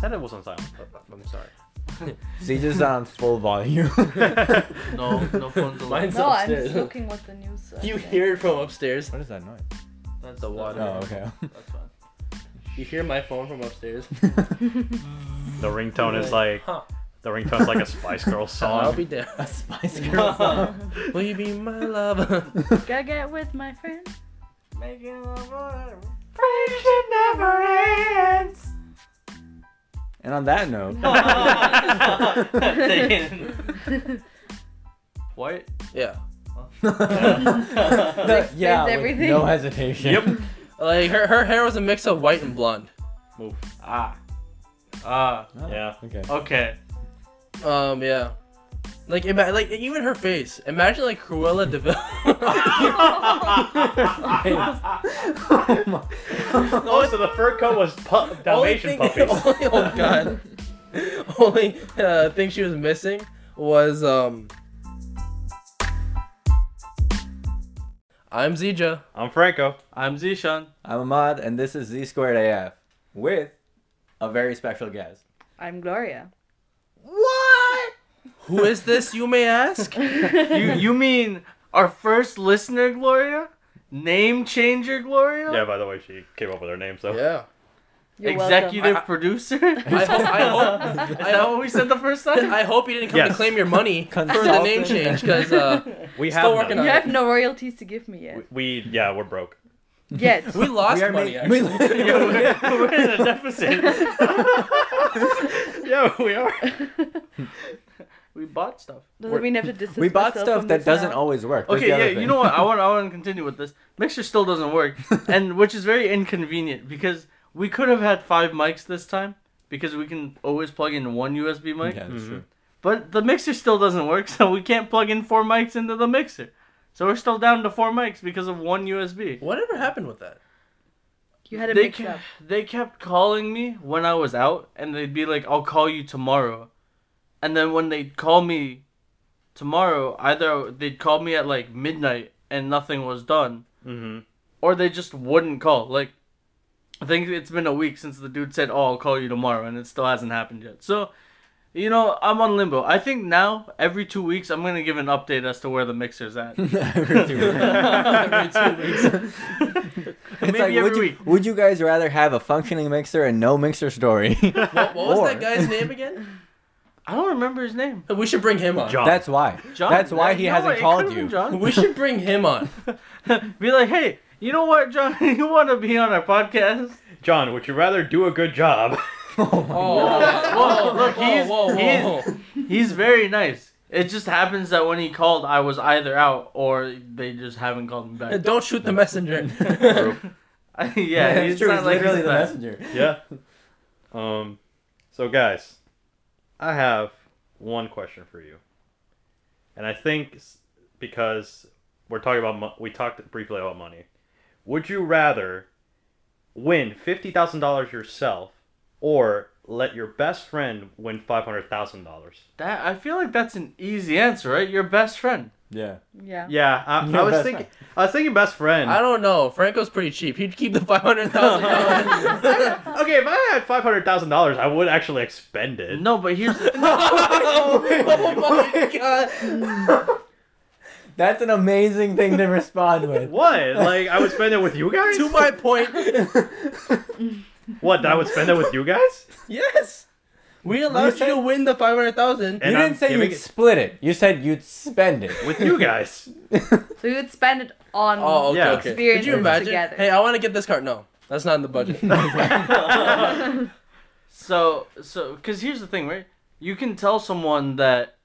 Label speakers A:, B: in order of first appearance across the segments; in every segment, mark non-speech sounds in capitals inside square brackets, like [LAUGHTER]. A: said it was on silent, but I'm sorry.
B: Z's is on full volume.
C: No, no phones allowed.
D: No,
C: Mine's
D: I'm just looking what the news. uh,
C: You
D: said.
C: hear it from upstairs.
B: What is that noise?
C: That's
A: The water.
B: Oh, okay.
C: That's fine. You hear my phone from upstairs.
A: The ringtone is like
C: Huh.
A: the ringtone's like a Spice [LAUGHS] Girls
C: [LAUGHS] I'll
A: song.
C: be there.
B: A [LAUGHS] Spice Girls song.
C: [LAUGHS] Will you be my lover?
D: Gotta get with my friend.
C: Making
B: Friendship never ends. [LAUGHS] And on that note,
A: What?
C: Yeah.
B: that- yeah,
D: Explains
B: with
D: everything.
B: no hesitation.
A: Yep.
B: [LAUGHS]
C: Like her, her hair was a mix of white and blonde.
A: Move. Ah. Ah.
B: Oh,
A: Yeah.
B: Okay.
A: Okay.
C: Um, yeah. Like, ima- like even her face. Imagine like Cruella [LAUGHS] Deville.
B: Oh my-
A: [LAUGHS] Oh, so the fur coat was [LAUGHS] pu- Dalmatian puppies.
C: [LAUGHS] Only, oh god. only uh, thing she was missing was um. I'm Zija.
A: [LAUGHS] I'm Franco.
C: I'm Zishan.
B: I'm Ahmad, and this is Z Squared AF with a very special guest.
D: [LAUGHS] I'm Gloria.
C: What? Who is this, you may ask?
E: you you mean our first listener, Gloria? Name changer, Gloria?
A: Yeah. By the way, she came up with her name, so
C: [LAUGHS] Yeah.
D: You're
E: Executive
C: welcome.
E: producer?
C: I hope. I
B: [LAUGHS]
C: hope.
E: [LAUGHS] Is
C: I
E: that
C: hope
E: what we said the first time?
C: I hope you didn't come to
A: Yes.
C: claim your
E: [LAUGHS]
C: money for the
B: Consultant.
C: name change, because uh,
A: we have
C: Still
A: none.
C: working
D: welcome.
C: on
D: You have no royalties to give me yet.
A: We, we yeah, we're
C: [LAUGHS]
A: broke.
D: Yet.
C: we lost
B: We are
C: money.
B: ma- [LAUGHS]
C: actually.
A: [LAUGHS] we're in a deficit. [LAUGHS] yeah, we are.
E: we bought stuff.
D: [LAUGHS] Doesn't mean I have to distance
B: we bought
D: myself
B: stuff
D: from
B: that
D: this
B: doesn't
D: now.
B: always work. That's
E: Okay,
B: the other
E: yeah, you
B: thing.
E: know what? I want I want to continue with this. Mixer still doesn't work, and which is very inconvenient because we could have had five mics this time because we can always plug in one USB
B: [LAUGHS]
E: mic.
B: Yeah, that's [LAUGHS] true.
E: But the mixer still doesn't work, [LAUGHS] so we can't plug in four mics into the mixer. So we're still down to four mics because of one USB.
C: Whatever happened
B: [LAUGHS]
C: with that?
D: You had a
E: they
D: mix
E: ke-
D: up.
E: they kept calling me when I was out, and they'd be like, "I'll call you tomorrow," and then when they'd call me tomorrow, either they'd call me at like midnight and nothing was done,
A: Mm-hmm.
E: or they just wouldn't call. Like, I think it's been a week since the dude said, "Oh, I'll call you tomorrow," and it still hasn't happened yet. So, you know, I'm on limbo. I think now every two weeks I'm gonna give an update as to where the mixer's
B: [LAUGHS]
E: at.
B: Every two weeks.
C: [LAUGHS]
B: It's
E: Maybe
B: like,
E: every
B: would you,
E: week.
B: would you guys rather have a functioning mixer and no mixer story? [LAUGHS]
C: What, what was
B: Or-
C: that guy's name again?
E: I don't remember his name.
C: We should bring him on.
A: Oh. John.
B: That's why.
E: John.
B: That's why he
E: You know what?
B: hasn't
E: It
B: called
E: could've been
B: you. [LAUGHS]
E: John.
C: We should bring him
E: [LAUGHS]
C: on.
E: be like, hey, you know what, John? [LAUGHS] You want to be on our podcast?
A: John, would you rather do a good
C: [LAUGHS]
A: job?
B: Oh my
C: Oh,
E: Whoa, look, he's-
C: whoa, whoa.
E: He's very nice. It just happens that when he called, I was either out or they just haven't called
B: [LAUGHS]
E: me back. [LAUGHS]
C: Don't shoot the messenger. [LAUGHS]
E: yeah,
B: That's
E: he's
B: true.
E: not
B: He's
E: like
B: literally
E: he's
B: the
E: that.
B: messenger.
A: yeah. Um. So guys, I have one question for you, and I think s- because we're talking about mo- we talked briefly about money, would you rather win fifty thousand dollars yourself or let your best friend win five hundred thousand dollars?
E: That- I feel like that's an easy answer, right? Your best friend.
B: Yeah. [LAUGHS]
D: Yeah.
A: Yeah, [LAUGHS] I,
B: Your
A: I was
B: best
A: thinking. I was thinking best friend.
C: I don't know. Franco's pretty cheap. He'd keep the five hundred thousand dollars.
B: [LAUGHS]
A: okay, if I had five hundred thousand dollars, I would actually expend it.
E: No,
B: [LAUGHS]
E: but here's
C: Oh my god!
B: That's an amazing thing to respond
A: [LAUGHS]
B: with.
A: What? Like I would spend it with [LAUGHS] you guys?
C: To
B: [LAUGHS]
C: my point,
A: What? That I would spend it with you guys?
C: yes, we allowed you,
B: said-
C: to win the five hundred thousand.
A: And
B: you
A: I'm
B: didn't say
A: giving
B: you'd
A: it-
B: split it. You said you'd spend it.
A: with you guys.
D: So you would spend it on.
C: Oh, okay,
A: Yeah.
C: okay. Could
D: Experiences
C: you imagine?
D: together.
C: Hey, I want to get this card. No, that's not in the budget.
E: so so because here's the thing, right? You can tell someone that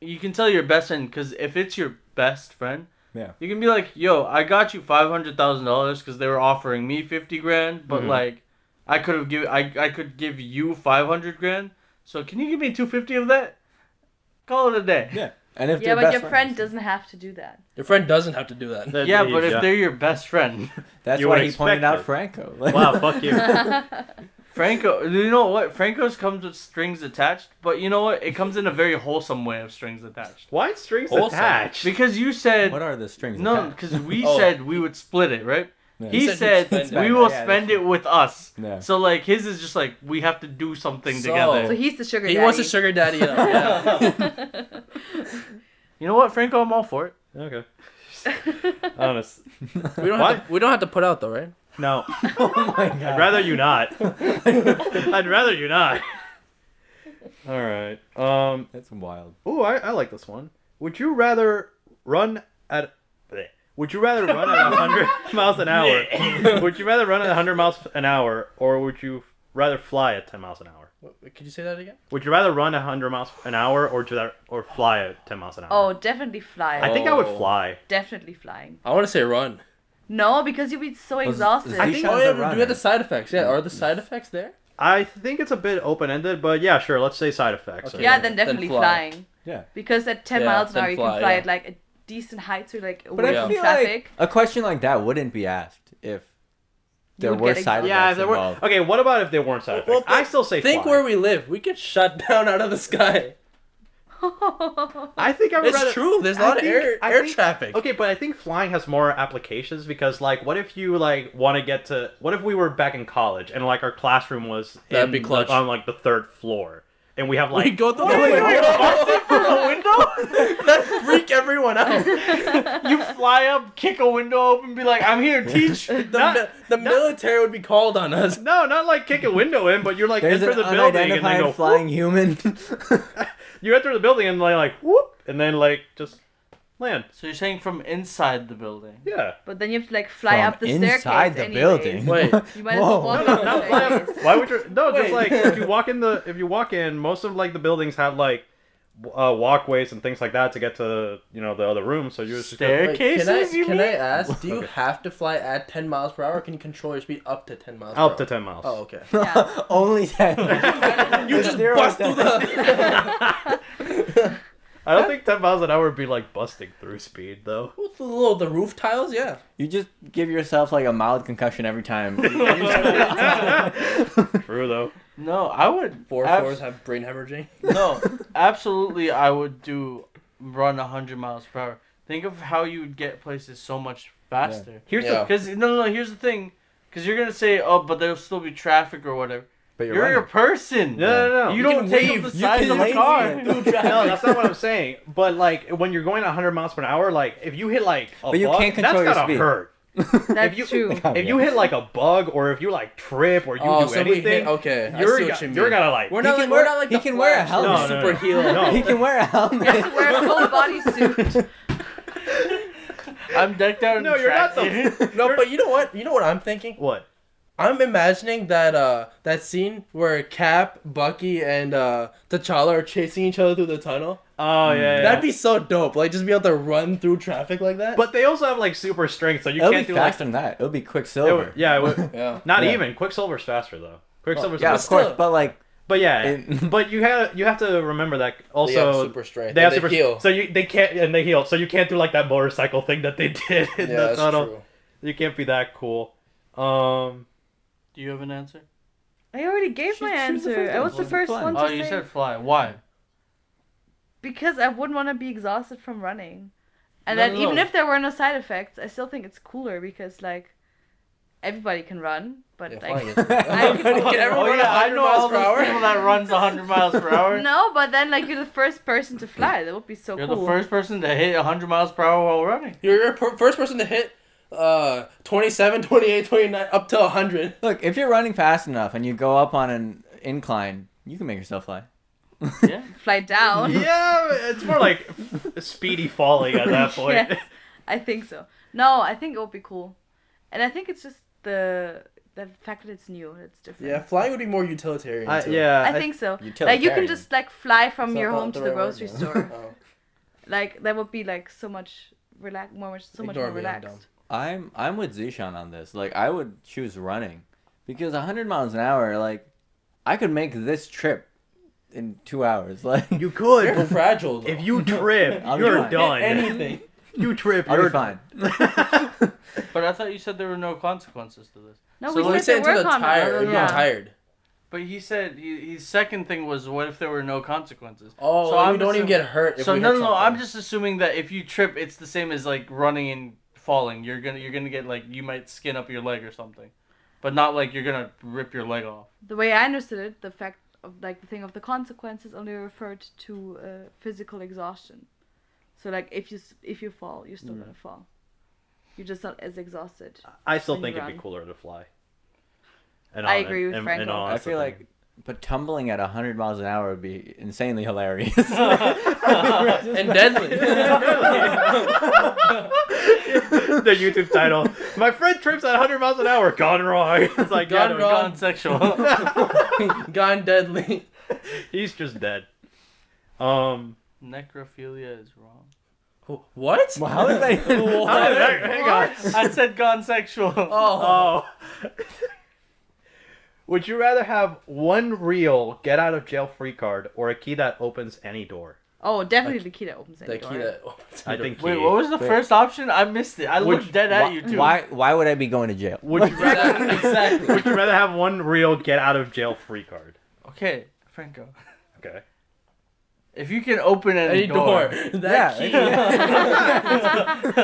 E: you can tell your best friend because if it's your best friend,
B: Yeah.
E: you can be like, "Yo, I got you five hundred thousand dollars because they were offering me fifty grand,
B: Mm-hmm.
E: but like, I could have give I I could give you five hundred grand. So can you give me two fifty of that? Call it a day.
B: [LAUGHS] Yeah. And if
D: yeah,
B: they're
D: but
B: best
D: your friend
B: friends,
D: doesn't have to do that. [LAUGHS]
C: Your friend doesn't have to do that.
E: Yeah, but if they're your best
B: [LAUGHS]
E: friend,
B: That's
A: You
B: why
A: would
B: he pointed
A: expect
B: out
A: it.
B: Franco. [LAUGHS]
A: wow, fuck you.
D: [LAUGHS]
E: Franco, you know what? Franco's comes with strings attached, but you know what? It comes in a very wholesome way of strings attached.
A: Why strings
C: Also-
A: attached?
E: Because you said
B: What are the strings?
E: No,
B: attached? [LAUGHS]
E: because we
C: Oh.
E: said we would split it, right?
B: Yeah. [LAUGHS]
E: He
C: said
E: said,
C: spend
B: it.
E: we will
B: Yeah,
E: spend
B: that's-
E: it with us.
B: Yeah.
E: So like his is just like we have to do something
C: So-
E: together.
D: So he's the sugar
C: He
D: daddy.
C: wants a
D: [LAUGHS]
C: sugar daddy up. Yeah.
E: You know what, Franco? I'm all for it.
A: Okay. [LAUGHS] Honest.
C: We don't
A: Why?
C: have to, we don't have to put out though, right?
A: No.
B: oh my god.
A: [LAUGHS] I'd rather you [LAUGHS] not. I'd rather you not. All right. Um.
B: [LAUGHS] That's wild.
A: Oh, I, I like this one. Would you rather run at bleh. Would you rather run at [LAUGHS] 100 miles an [LAUGHS] hour? would you rather run at 100 miles an hour, or would you rather fly at 10 miles an hour?
C: What- Could you say that again?
A: Would you rather run 100 miles an hour, or to that, or fly at 10 miles an
D: oh,
A: hour?
D: definitely flying.
A: I think I would
C: Oh.
A: fly.
D: definitely flying.
C: I want to say run.
D: No, because you'd be so
B: is-
D: exhausted.
B: is
C: I
B: He
C: think.
B: shot
C: Oh
B: the
C: yeah, we do
B: runner.
C: have the side effects. Yeah, are the side effects there?
A: I think it's a bit open ended, but yeah, sure. Let's say side effects.
C: Okay.
D: yeah,
C: then
D: then definitely
C: fly.
D: flying.
B: Yeah.
D: Because at 10
C: Yeah,
D: miles an
C: then
D: hour, you
C: fly,
D: can fly
C: yeah.
D: at like a decent height, so you're like
B: But
D: away
B: I
D: from
B: feel
D: traffic.
B: like a question like that wouldn't be asked if there
D: would
B: were
D: get
B: side
D: exhausted.
A: Yeah, if
B: effects
A: there were
B: involved.
A: okay. What about if there weren't side effects?
C: Well,
A: I still say
C: Think
A: fly.
C: where we live. We get shot down out of the sky.
A: I think I would rather.
C: It's true. There's a
A: I
C: lot
A: think-
C: of air
A: I
C: air
A: think-
C: traffic.
A: Okay, but I think flying has more applications because, like, what if you like want to get to? What if we were back in college and like our classroom was
C: That'd
A: in
C: be
A: the-
C: clutch.
A: on like the third floor, and we have like
C: we go through the
E: Wait, wait, wait,
C: window.
E: a window?
C: that freak everyone out.
E: You fly up, kick a window open, be like, "I'm here, teach."
C: The,
A: Not-
C: mi- the military would be called on us.
A: no, not like kick a window in, but you're like
B: There's
A: enter
B: an
A: the building and then
B: unidentified
A: go
B: flying human. [LAUGHS]
A: whoop. You enter the building and like like whoop, and then like just land.
E: So you're saying from inside the building?
A: Yeah.
D: [LAUGHS] but then you have to like fly
B: From
D: up the staircase.
B: inside the
D: anyways.
B: building. [LAUGHS]
C: Wait.
D: You might as well
B: Whoa.
D: walk
A: No,
B: [LAUGHS]
D: up
A: not
D: the
A: fly up.
D: staircase.
A: Why would you? No,
C: Wait.
A: just like if you walk in the if you walk in, most of like the buildings have like w- uh, walkways and things like that to get to you know the other room. So you just
E: Stair-
C: Wait, can I,
E: Cases, you
C: can I
E: mean?
C: ask, do you
A: Okay.
C: have to fly at 10 miles per hour or can you control your speed up to 10 miles
A: up
C: per
A: to ten miles.
C: hour? Oh, okay.
D: Yeah.
B: Only ten.
C: You just
B: Zero
C: bust through
B: ten.
C: [LAUGHS] the,
A: I don't think ten miles an hour would be like busting through speed [LAUGHS] though.
C: the little the roof tiles, yeah.
B: You just give yourself like a mild concussion every
D: [LAUGHS]
B: time.
A: True though.
E: No, I would.
C: Four
E: abs-
C: floors have brain hemorrhaging.
E: No, absolutely, I would do run hundred miles per hour. Think of how you would get places so much faster.
A: Here's the
C: Yeah.
E: Because no, no, no. Here's the thing. Because you're gonna say, oh, but there'll still be traffic or whatever.
B: but
E: You're,
B: you're,
E: a person.
A: no no no. [LAUGHS]
E: You,
A: You
E: don't
C: can
E: take
C: wave.
E: up the
B: You
E: size
B: can
E: of a
B: wave
E: car. [LAUGHS]
B: through
C: [LAUGHS]
A: no, that's not what I'm saying. But like when you're going 100 miles per hour, like if you hit like a
B: But you
A: bug,
B: can't
A: that's
B: control your
A: gotta
B: speed.
A: hurt.
B: [LAUGHS]
D: That's
A: if you
D: true.
B: Oh,
A: if you
B: yeah.
A: hit like a bug or if you like trip or you
C: oh,
A: do
C: so we
A: anything,
C: hit, okay. I
A: you're
C: see
A: go-
C: what you mean.
A: you're gonna like
C: we're
B: He
C: not
B: can
C: like, we're
B: wear-
C: not like
B: he
C: the
B: can wear a
C: Flash,
B: helmet.
C: the
B: No,
A: no,
C: super
A: no.
C: heel.
A: No.
B: he can wear a
D: You have
B: helmet.
D: to wear a full body suit.
E: I'm decked out. In
A: No, you're not
C: [LAUGHS]
E: track.
A: the.
C: No, but you know what? You know what I'm
A: [LAUGHS]
C: thinking?
A: what?
C: I'm imagining that uh that scene where Cap, Bucky, and uh T'Challa are chasing each other through the tunnel.
A: Oh yeah, yeah.
C: Hmm. That'd be so dope. Like just be able to run through traffic like
A: [LAUGHS]
C: that.
A: But they also have like super strength, so you
B: It'll be
A: can't do like.
B: faster than that. It'll be
A: It
B: Quicksilver.
A: would, yeah, it would,
C: yeah.
A: not
B: Yeah. Oh,
A: even. Quicksilver's faster though. Quicksilver's
B: yeah,
A: faster.
B: of course.
C: still-
B: But like,
A: But yeah,
B: It- [LAUGHS]
A: but you have you have to remember that also.
C: They have super strength.
A: They have
C: They
A: super
C: heal.
A: So you they can't and they heal. So you can't do like that motorcycle thing that they [LAUGHS] did in
C: yeah,
A: the
C: that's
A: tunnel.
C: true.
A: You can't be that cool. Um,
E: Do you have an answer?
D: I already gave
B: She-
D: my
B: she was the first
D: answer. I
B: one.
D: was the
B: Wasn't
D: first
B: flying.
D: one to
E: Oh, you
D: say
E: said fly. Why?
D: because I wouldn't want to be exhausted from running. And
E: No,
D: then
E: no,
D: even
E: no.
D: if there were no side effects, I still think it's cooler because like everybody can run, but
C: Yeah,
D: like [LAUGHS]
C: flying is- [LAUGHS]
D: I could-
C: Can everyone
E: oh
C: run
E: yeah, I
C: 100
E: know
C: miles
E: all
C: per
E: those
C: hour?
E: people that runs 100 miles per
D: [LAUGHS]
E: hour.
D: no, but then like you're the first person to fly. That would be so
E: You're
D: cool.
E: the first person to hit 100 miles per hour while running.
C: [LAUGHS] You're your per- first person to hit uh 27, 28, 29, up to 100.
B: look, if you're running fast enough and you go up on an incline, you can make yourself fly. [LAUGHS]
E: Yeah.
D: Fly down. [LAUGHS]
A: yeah, uh, it's more like [LAUGHS] speedy falling at that
D: [LAUGHS]
A: point. [LAUGHS]
D: Yes, I think so. No, I think it would be cool, and I think it's just the the fact that it's new. It's different.
C: Yeah, flying would be more utilitarian.
A: I-
C: too.
A: yeah,
D: I think so. Like you
B: Utilitarian.
D: can just like fly
C: It's
D: from
C: not
D: your
C: the-
D: home to the
C: right word,
D: grocery
C: yeah. [LAUGHS]
D: store.
C: Oh.
D: Like that would be like so much relax, more much so much
C: Ignore
D: more
C: me, I'm
D: relaxed.
B: I'm I'm with Zishan on this. Like I would choose running because 100 miles an hour like I could make this trip in 2 hours. [LAUGHS] Like
A: you
C: You're
A: could.
C: fragile. Though.
A: If you trip,
B: I'll be
A: you're
B: fine.
A: done.
D: [LAUGHS]
C: anything.
A: you trip,
B: I'll
A: you're
B: be fine.
E: But I thought you said there were no consequences to this.
D: No,
E: So
D: we
E: when
C: We
E: you
D: said
C: say
D: there
C: until
D: were
C: they're tired.
D: comments.
C: until
D: Yeah.
C: they're tired.
E: But he said he, his second thing was, what if there were no consequences?
C: Oh,
E: So
C: like
E: I'm
C: we don't even
E: assuming-
C: get hurt. If
E: so
C: we
E: no,
C: hit
E: no, no. I'm
C: something.
E: just assuming that if you trip, it's the same as like running and falling. You're gonna you're gonna get like you might skin up your leg or something, but not like you're gonna rip your leg off.
D: The way I understood it, the fact of like the thing of the consequences only referred to uh, physical exhaustion. So like if you s- if you fall, you're
C: Mm.
D: still gonna fall. You're just not as exhausted.
A: I still
D: Then
A: think
D: you
A: it'd be
D: run.
A: cooler to fly. And
D: I
A: hon-
D: agree with
A: and-
D: Franco.
A: and hon-
D: I
B: I
A: that's the
B: feel
A: thing.
B: like, but tumbling at 100 miles an hour would be insanely
D: [LAUGHS]
B: hilarious. [LAUGHS] and
C: [LAUGHS] and deadly.
A: [LAUGHS] the YouTube title: "My friend trips at 100 miles an hour, gone wrong." [LAUGHS] It's like
E: Gone,
D: Um,
C: Gone
E: gone
C: wrong.
E: sexual.
D: [LAUGHS]
C: Gone deadly.
A: he's just dead. Um,
E: Necrophilia is wrong.
C: What?
B: How is that? even-
A: how [LAUGHS] did that- hang on.
E: I said gone sexual.
C: Oh,
A: Oh. [LAUGHS] Would you rather have one real get out of jail free card or a key that opens any door?
D: Oh, definitely the key that opens any
C: the
D: door.
C: key that opens the
A: I
C: door. [LAUGHS]
A: think
E: Wait,
A: key.
E: what was the first option? I missed it. I
A: Which-
E: looked dead
B: why,
E: at you too.
B: Why? Why would I be going to jail?
A: Would you rather
C: Exactly. exactly.
A: Would you rather have one real get out of jail free card?
E: Okay, Franco.
A: Okay.
E: If you can open any,
C: Any door. That
B: Yeah,
C: key.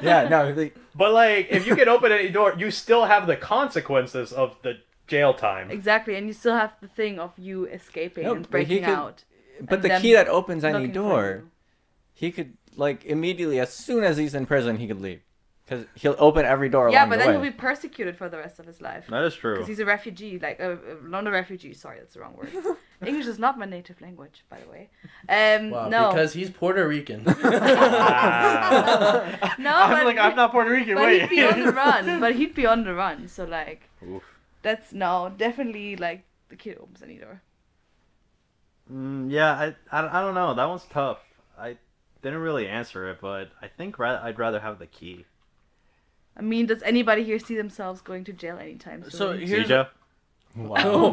B: [LAUGHS] Yeah, no. like-
A: But like if you can open any door, you still have the consequences of the jail time.
D: Exactly, and you still have the thing of you escaping
B: No,
D: and
B: but he
D: breaking
B: could-
D: out.
B: but
D: and
B: the
D: them
B: key that opens any
D: looking for
B: door,
D: you.
B: he could like immediately as soon as he's in prison, he could leave because he'll open every door.
D: Yeah,
B: along
D: but
B: the
D: then
B: way.
D: he'll be persecuted for the rest of his life.
A: That is true.
D: Because he's a refugee, like uh, uh, not a refugee. Sorry, that's the wrong
B: [LAUGHS]
D: word. English is not my native language, by the way. Um,
C: Wow,
D: no,
C: because he's Puerto
B: [LAUGHS]
C: Rican.
A: [LAUGHS]
D: no,
E: I'm
D: but,
E: like, I'm not Puerto
D: [LAUGHS]
E: Rican.
D: but
E: Wait.
D: he'd be
E: [LAUGHS]
D: on the run. But he'd be on the run. So like,
A: Oof.
D: that's no, definitely like the kid opens any door.
A: Mm, yeah, I, I I don't know. That one's tough. I didn't really answer it, but I think ra- I'd rather have the key.
D: I mean, does anybody here see themselves going to jail anytime
E: So
D: soon?
A: [LAUGHS]
E: here's
A: Zeja?
B: wow.
C: [LAUGHS] wow.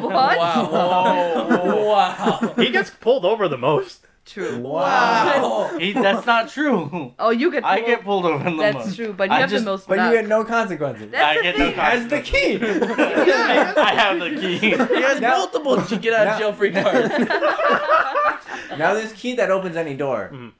D: What?
C: Wow.
A: He gets pulled over the [LAUGHS] most.
D: true.
C: Wow.
E: he, that's not true.
D: Oh, you get.
E: I
D: pulled.
E: get pulled over in the
D: That's
E: mud.
D: true, but you
E: I
D: have
E: just-
D: the most.
B: But you
D: luck.
B: get no consequences.
D: That's
E: I
D: the
E: get
D: thing.
B: [LAUGHS]
E: no
B: That's the key.
A: [LAUGHS]
B: [LAUGHS]
E: I have the
C: [LAUGHS]
E: key.
C: He has
B: Now-
C: multiple to get out
B: now-
C: of jail
B: [LAUGHS]
C: free [LAUGHS] cards.
B: now this key that opens any door.
A: Mhm.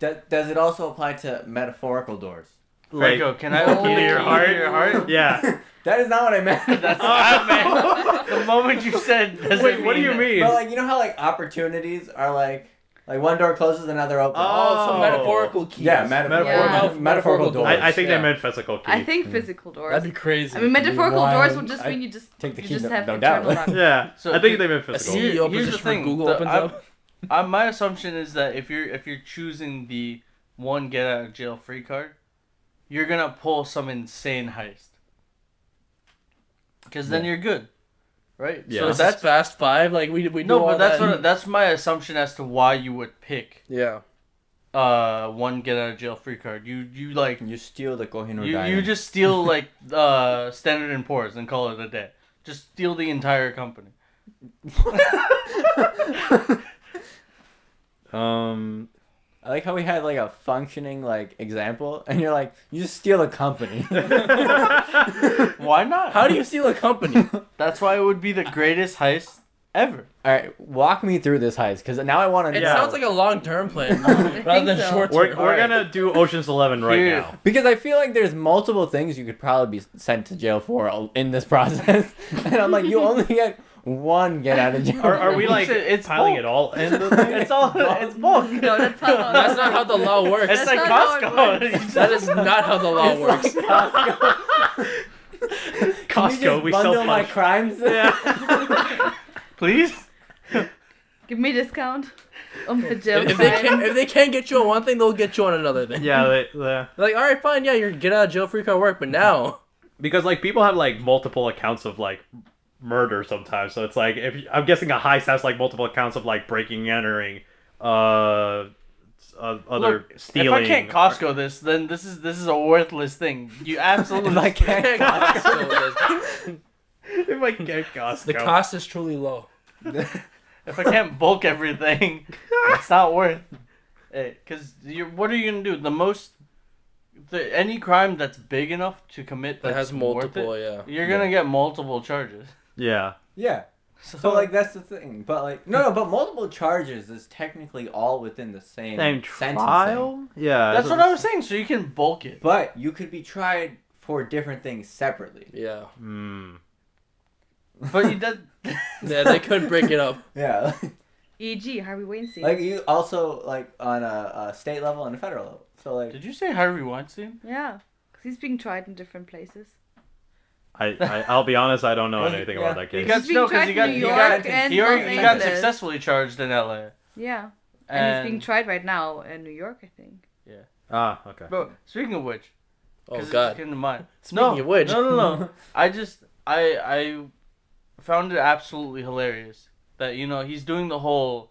B: do- does it also apply to metaphorical doors?
E: Franco, can I
D: No.
E: open the key to your heart? Your
A: [LAUGHS]
E: heart?
A: Yeah.
B: [LAUGHS] That is not what I meant.
E: That's I meant. The moment you said, does
A: Wait, what do you mean?
B: But like you know how like opportunities are like like one door closes another opens.
C: Oh,
A: Oh.
C: some metaphorical keys.
B: yeah, metaphorical
D: Yeah.
B: metaphorical, doors.
A: I, I think
C: Yeah.
A: they meant physical key.
D: [LAUGHS] I think physical doors.
C: That'd be crazy.
D: I mean, metaphorical
B: Why?
D: doors would just mean
B: I
D: you just
B: take the
D: you
B: key,
D: just
B: no-
D: have
B: no
D: internal
B: doubt. [LAUGHS]
D: luck.
A: [LAUGHS] Yeah.
E: So
A: I think
E: he-
A: they meant
C: a
A: physical. [LAUGHS]
E: Here-
C: CEO
E: here's the
C: position for
E: thing,
C: Google
E: the-
C: opens
E: I'm-
C: up.
E: I, Uh, my assumption is that if you're if you're choosing the one get out of jail free card, you're gonna pull some insane heist. Cause then you're good, right?
A: Yeah.
E: So
A: This
C: Is this
E: that's
C: Fast Five? Like we we do
E: no, but
C: all
E: that's
C: that.
E: what, that's my assumption as to why you would pick
C: yeah.
E: uh one get out of jail free card. You you like
B: You steal the Kohinoor
E: you,
B: diamond.
E: you just steal like uh Standard and Poor's and call it a day. Just steal the entire company.
A: Um,
B: I like how we had like a functioning like example, and you're like, you just steal a company.
E: Why not?
C: How do you steal
B: [LAUGHS]
C: a company?
E: That's why it would be the greatest heist ever.
B: All right, walk me through this heist, cause now I want to
C: It
B: know.
A: Yeah.
C: sounds like a long term
E: [LAUGHS]
C: plan rather
D: think
C: than
D: so.
C: short term.
A: we're we're gonna do Ocean's Eleven right
E: Here.
A: now.
B: because I feel like there's multiple things you could probably be sent to jail for al- in this [LAUGHS] process, and I'm like, you only get one get out of jail.
A: Are, are we like
E: It's- it's
A: piling
E: bulk.
A: it all
E: [LAUGHS]
A: in the thing?
E: It's all it's bulk.
D: No, that's not
E: [LAUGHS]
D: how.
C: That's not how the law works.
E: it's
D: That's
E: like
D: not how it
E: [LAUGHS] Costco.
C: that is not how the law works.
B: It's like Costco. Can
A: Costco. We,
B: bundle
A: sell
B: my
A: punch.
B: [LAUGHS] crimes.
A: [LAUGHS]
E: Please.
D: Give me a discount on the jail
C: if, if they
D: time.
C: can, if they can't get you on one thing, they'll get you on another thing.
A: yeah, they, they-
C: They're like, all right, fine, yeah, you're get out of jail free card work, but
E: [LAUGHS]
C: now [LAUGHS]
A: because like people have like multiple accounts of like murder sometimes. So it's like if you- I'm guessing a heist has like multiple accounts of like breaking, and entering, uh, s- uh other
E: Look,
A: stealing.
E: If I can't Costco this, then this is this is a worthless thing. You absolutely.
B: If I can't- [LAUGHS]
C: the
A: [LAUGHS] if I
E: [LAUGHS]
A: can't Costco,
C: cost is truly low.
E: if I can't bulk everything,
A: [LAUGHS]
E: it's not worth. it. Because you, what are you gonna do? The most, the, any crime that's big enough to commit
C: That
E: that's
C: has
E: worth it,
C: multiple, yeah.
E: You're gonna get multiple charges. [LAUGHS]
A: yeah.
B: yeah. So like that's the thing, but like no, no, but multiple charges is technically all within the same
A: Same
B: sentencing.
A: trial? Yeah.
E: that's what I was saying. So you can
A: [LAUGHS]
E: bulk it.
B: But you could be tried for different things separately.
C: Yeah.
A: Mm.
E: But you did.
B: [LAUGHS]
C: Yeah, they couldn't break it
E: [LAUGHS]
C: up.
B: Yeah,
D: E.g. E Harvey Weinstein.
B: like you also like on a, a state level and a federal level. So like
E: Did you say Harvey Weinstein?
D: yeah, because he's being tried in different places.
A: I, I I'll be honest. I
E: [LAUGHS]
A: don't know
B: Well, he-
A: anything
B: yeah.
A: about that
E: He
A: case.
E: got
D: being
E: no, 'cause
D: tried
E: he
D: in
E: got
D: New
E: he
B: York
E: got
D: and
E: he, already,
D: Los
E: he got
D: Angeles.
E: successfully charged in L.A.
D: Yeah, and, he's being
E: And
D: tried right now in New York, I think.
A: Ah, okay.
E: bro, speaking of which,
C: Oh
E: 'cause it just
C: god.
E: came to mind.
C: Speaking
E: no,
C: of which,
E: no, no, no. I just I I found it absolutely hilarious that you know he's doing the whole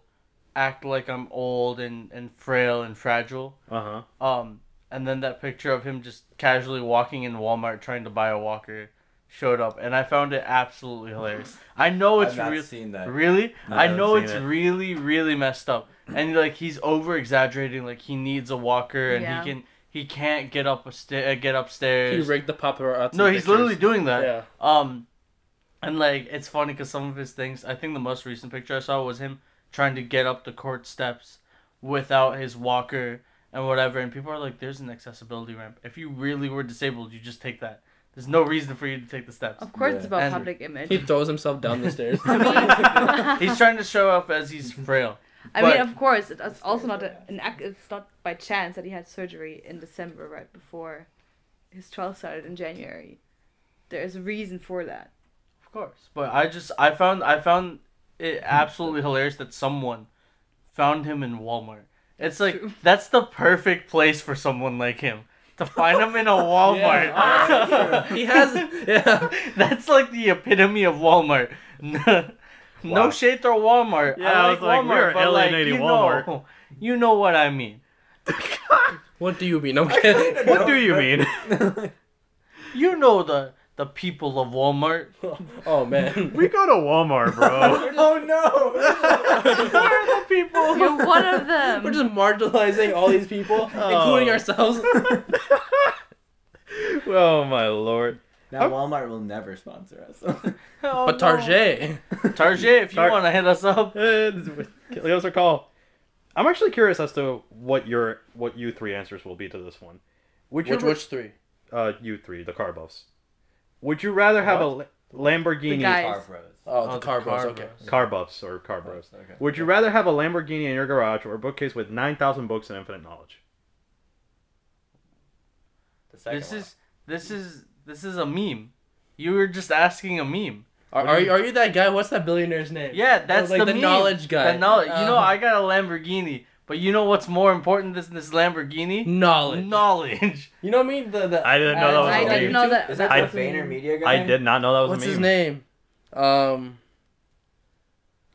E: act like I'm old and and frail and fragile.
A: Uh
E: [LAUGHS]
A: huh.
E: Um, and then that picture of him just casually walking in Walmart trying to buy a walker showed up, and I found it absolutely hilarious.
C: [LAUGHS]
E: I know it's
B: I've not
E: real.
B: seen that.
E: Really?
A: No,
E: I
A: I've
E: know
A: seen
E: it's
A: it.
E: really, really messed up. And like he's over exaggerating, like he needs a walker and
D: Yeah.
E: he can he can't get up a sta- uh,
C: [LAUGHS]
E: get
C: he
E: upstairs.
C: rigged the paparazzi.
E: no, he's
C: pictures.
E: literally doing that.
C: Yeah.
E: Um, and like it's funny because some of his things. I think the most recent picture I saw was him trying to get up the court steps without his walker and whatever. And people are like, "There's an accessibility ramp. If you really were disabled, you just take that. There's no reason for you to take the
D: [LAUGHS]
E: steps."
D: Of course, it's
B: Yeah.
D: about
E: And-
D: public
C: He
D: image.
C: throws himself down the stairs.
D: I mean,
E: [LAUGHS] he's trying to show up as he's frail.
D: I mean,
E: but-
D: of course, it- it's also not a, an act. It's not by chance that he had surgery in December, right before his trial started in January. There is a reason for that.
E: Of course, but I just I found I found
A: [LAUGHS]
E: it absolutely hilarious that someone found him in Walmart. It's
A: [LAUGHS]
E: like
D: True.
E: that's the perfect place for someone like him to find him
A: [LAUGHS]
E: in a Walmart.
A: Oh,
C: he has. Yeah.
E: [LAUGHS] That's like the epitome of Walmart. [LAUGHS] no
A: Wow.
E: shade to Walmart.
A: Yeah, I was like, we are
E: but,
A: alienating
E: you
A: Walmart.
E: Know, you know what I mean.
C: What do you mean? I'm kidding.
E: [LAUGHS]
A: What do you mean?
B: [LAUGHS]
E: You know the the people of
A: [LAUGHS]
E: Walmart.
C: Oh man.
A: we go to Walmart,
E: [LAUGHS]
A: bro. [LAUGHS]
B: oh
C: [LAUGHS]
B: no!
E: Where
B: [LAUGHS]
E: are the
D: [LAUGHS]
E: people?
D: You're one of them.
C: We're just marginalizing all these people, including
E: [LAUGHS]
C: ourselves.
A: oh my lord.
B: now Walmart will never sponsor [LAUGHS] us.
E: Oh,
C: But
E: no.
C: Target.
E: Target, if you
A: Tar-
E: want to hit us up.
A: Eh, Give us a call. I'm actually curious as to what your what you three answers will be to this one. Would you
C: Which
A: re-
C: which three?
A: uh you three the car buffs? Would you rather have a La-
D: The
A: Lamborghini
D: guy.
B: Car pros.
C: Oh,
E: Oh,
C: the
E: the
C: car bros.
E: car
C: Okay.
E: bros.
A: car buffs or car bros?
B: Okay.
A: Would you rather have a Lamborghini in your garage or a bookcase with 9,000 books and infinite knowledge?
B: The second
E: This
B: one.
E: is this is this is a meme. You were just asking a meme.
C: Are, are, you, are you that guy? What's that billionaire's name?
E: Yeah, that's
C: like
E: the,
C: the
E: meme.
C: knowledge guy.
E: The knowledge. you know,
C: Uh-huh.
E: I got a Lamborghini, but you know what's more important than this Lamborghini?
C: Knowledge.
E: Knowledge. [LAUGHS]
C: You know what I mean? The, the
A: Oh, I didn't know that was
D: Uh, I
A: a meme.
D: didn't know that.
B: Is that
A: I-
B: the VaynerMedia guy?
A: I did not know that was
C: What's
A: a meme.
C: his name? Um.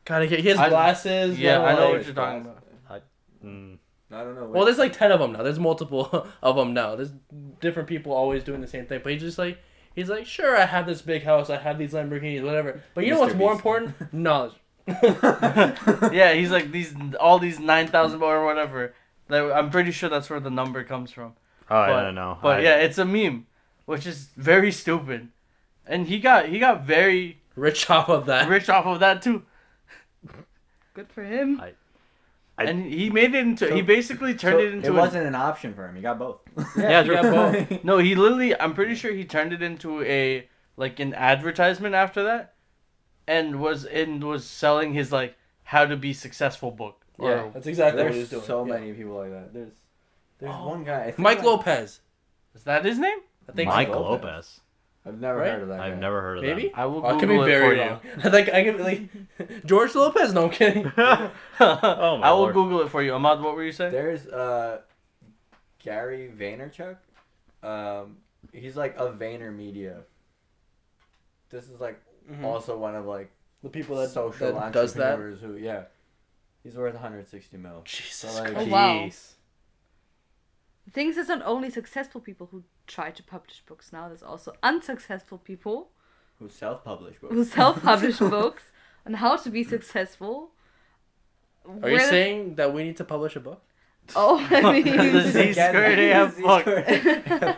C: God, I get- he has
E: I-
C: glasses.
E: yeah,
C: yellow
E: I know
C: eyes.
E: what you're talking about.
A: Mm.
B: I don't know.
C: Well, there's
B: [LAUGHS]
C: like ten of them now. There's multiple [LAUGHS] of them now. There's different people always doing the same thing. But he's just like, he's like, sure, I have this big house, I have these Lamborghinis, whatever. But you know
B: Mr.
C: what's more
B: Beast.
C: important? Knowledge. [LAUGHS]
E: Yeah, he's like these all these nine thousand or whatever. That, I'm pretty sure that's where the number comes from.
A: Oh, I
E: But-
A: don't know.
E: But
A: I-
E: yeah, it's a meme, which is very stupid. And he got he got
C: [LAUGHS]
E: very
C: Rich off of that.
E: rich off of that too.
D: Good for him.
A: I-
E: and he made it into
B: So-
E: he basically turned it into
B: It
E: an-
B: wasn't an option for him. He got
C: [LAUGHS]
B: both.
A: Yeah,
B: [LAUGHS]
C: you got both.
E: [LAUGHS] No, he literally. I'm pretty sure he turned it into a like an advertisement after that, and was and was selling his like how to be successful book. Or,
C: Yeah, that's exactly what he was
B: There's
C: doing.
B: so
C: Yeah.
B: many people like that. There's there's
E: Oh.
B: one guy. I think
C: Mike
B: I-
C: Lopez.
E: is that his name?
C: I think
A: Mike
C: so.
B: Lopez.
A: Lopez.
B: I've never
C: Right?
B: heard of that.
A: I've
B: guy.
A: never heard of
C: Maybe.
E: I will
C: I
E: Google
C: could Oh, be
E: it
C: very
E: for [LAUGHS]
C: wrong. I think I could be like George Lopez. No, I'm [LAUGHS] kidding.
E: you.
A: [LAUGHS] Oh, my
E: I will
A: Lord.
E: Google it for you. Ahmad, what were you saying?
B: There's uh, Gary Vaynerchuk. Um, he's like a VaynerMedia. This is like
C: Mm-hmm.
B: also one of like
C: Hmm. The people that,
B: social
C: that does that.
B: entrepreneurs who yeah, he's worth 160 mil.
C: Jesus
B: Like-
D: Oh,
C: Christ.
D: wow.
A: Jeez.
D: The thing is, it's not only successful people who try to publish books now. There's also unsuccessful people
B: Who self-published books. [LAUGHS]
D: who self-publish books on how to be successful.
C: Are you saying that we need to publish a book?
D: [LAUGHS] Oh, I mean,
B: [LAUGHS]
E: The Z-squared AF book.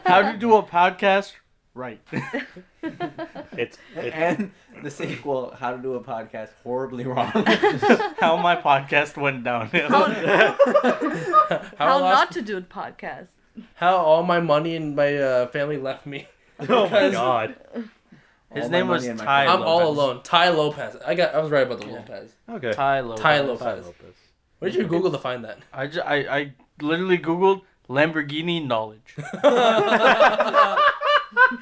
E: How to do a podcast right.
A: It's it's
B: and the sequel, How to Do a Podcast Horribly Wrong.
E: How my podcast
A: [LAUGHS]
E: went [LAUGHS]
A: Oh
D: How,
C: [LAUGHS]
E: downhill.
C: how,
D: how
C: I
D: not
C: lost,
D: to do a podcast.
C: how all my money and my uh, family left me.
A: oh my god.
E: [LAUGHS] His
B: All my
E: name was
B: money and my
E: Ty.
B: phone.
C: I'm all
E: Lopez.
C: alone. Ty Lopez. I got. I was right about the
E: Yeah.
C: Lopez.
A: Okay.
E: Ty Lopez.
C: Ty Lopez.
A: Ty Lopez.
C: Where did you Google to find that?
E: I, ju- I, I literally Googled Lamborghini knowledge.
A: I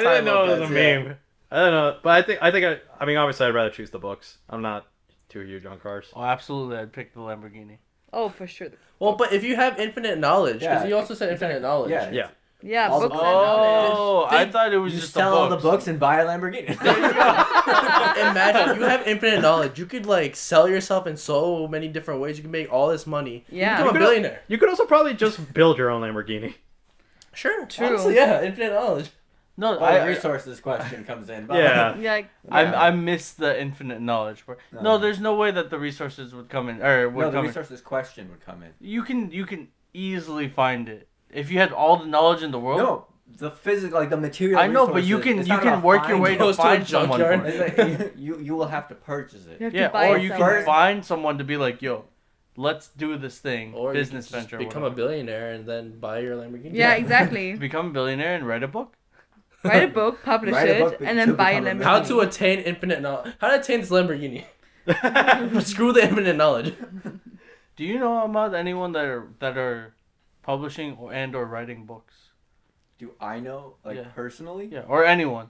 A: didn't know it was a
C: Lopez, yeah.
A: meme. I don't know, but I think I think I. I mean, obviously, I'd rather choose the books. I'm not too huge on cars.
E: Oh, absolutely. I'd pick the Lamborghini.
D: Oh, for sure.
C: Well, but if you have infinite knowledge, because
B: Yeah.
C: you also said infinite knowledge.
B: Yeah.
A: Yeah.
D: Yeah,
B: All the-
D: books and knowledge.
E: Oh, I
C: They-
E: thought it was
B: You
E: just
B: sell all the
E: the books.
B: books and buy a
E: [LAUGHS]
B: Lamborghini.
C: Imagine you
D: [LAUGHS]
C: have infinite knowledge. You could like sell yourself in so many different ways. You can make all this money. You
D: Yeah. You
C: become a
A: could-
C: billionaire.
A: You could also probably [LAUGHS] just build your own Lamborghini.
C: Sure.
D: True.
C: Honestly, yeah, infinite knowledge.
E: No,
B: All the
E: I,
B: resources question comes in.
A: Yeah.
D: Yeah, like,
E: I,
B: Yeah.
E: I miss the infinite knowledge. part. No.
B: No.
E: there's no way that the resources would come in. Or would
B: No, the
E: come in.
B: resources question would come in.
E: You can you can easily find it if you had all the knowledge in the world.
B: No, the physical, like the material.
E: I know, but you
B: resources,
E: can
B: it's
E: you
B: not
E: can
B: about
E: work your
B: finding
E: way to [LAUGHS]
C: Goes to a
E: find someone.
C: junkyard.
E: for it.
B: it. It's like, you you will have to purchase
D: you
B: it.
D: have
E: Yeah,
D: to buy
E: or you can
D: yourself.
E: find someone to be like, yo, let's do this thing,
C: Or
E: business
C: you could just
E: venture,
C: become a
E: whatever.
C: billionaire and then buy your Lamborghini. [LAUGHS]
D: Yeah,
E: [LAUGHS]
D: exactly.
E: become a billionaire and write a book.
D: Write a book, publish
B: Write a book
D: it, and
B: to
D: then buy a
B: become a
D: Lamborghini.
C: How to attain infinite knowledge? How to attain this Lamborghini? [LAUGHS] Screw the infinite knowledge.
E: Do you know about anyone that are that are publishing or and or writing books?
B: Do I know, like
E: Yeah.
B: personally?
E: Yeah, or anyone.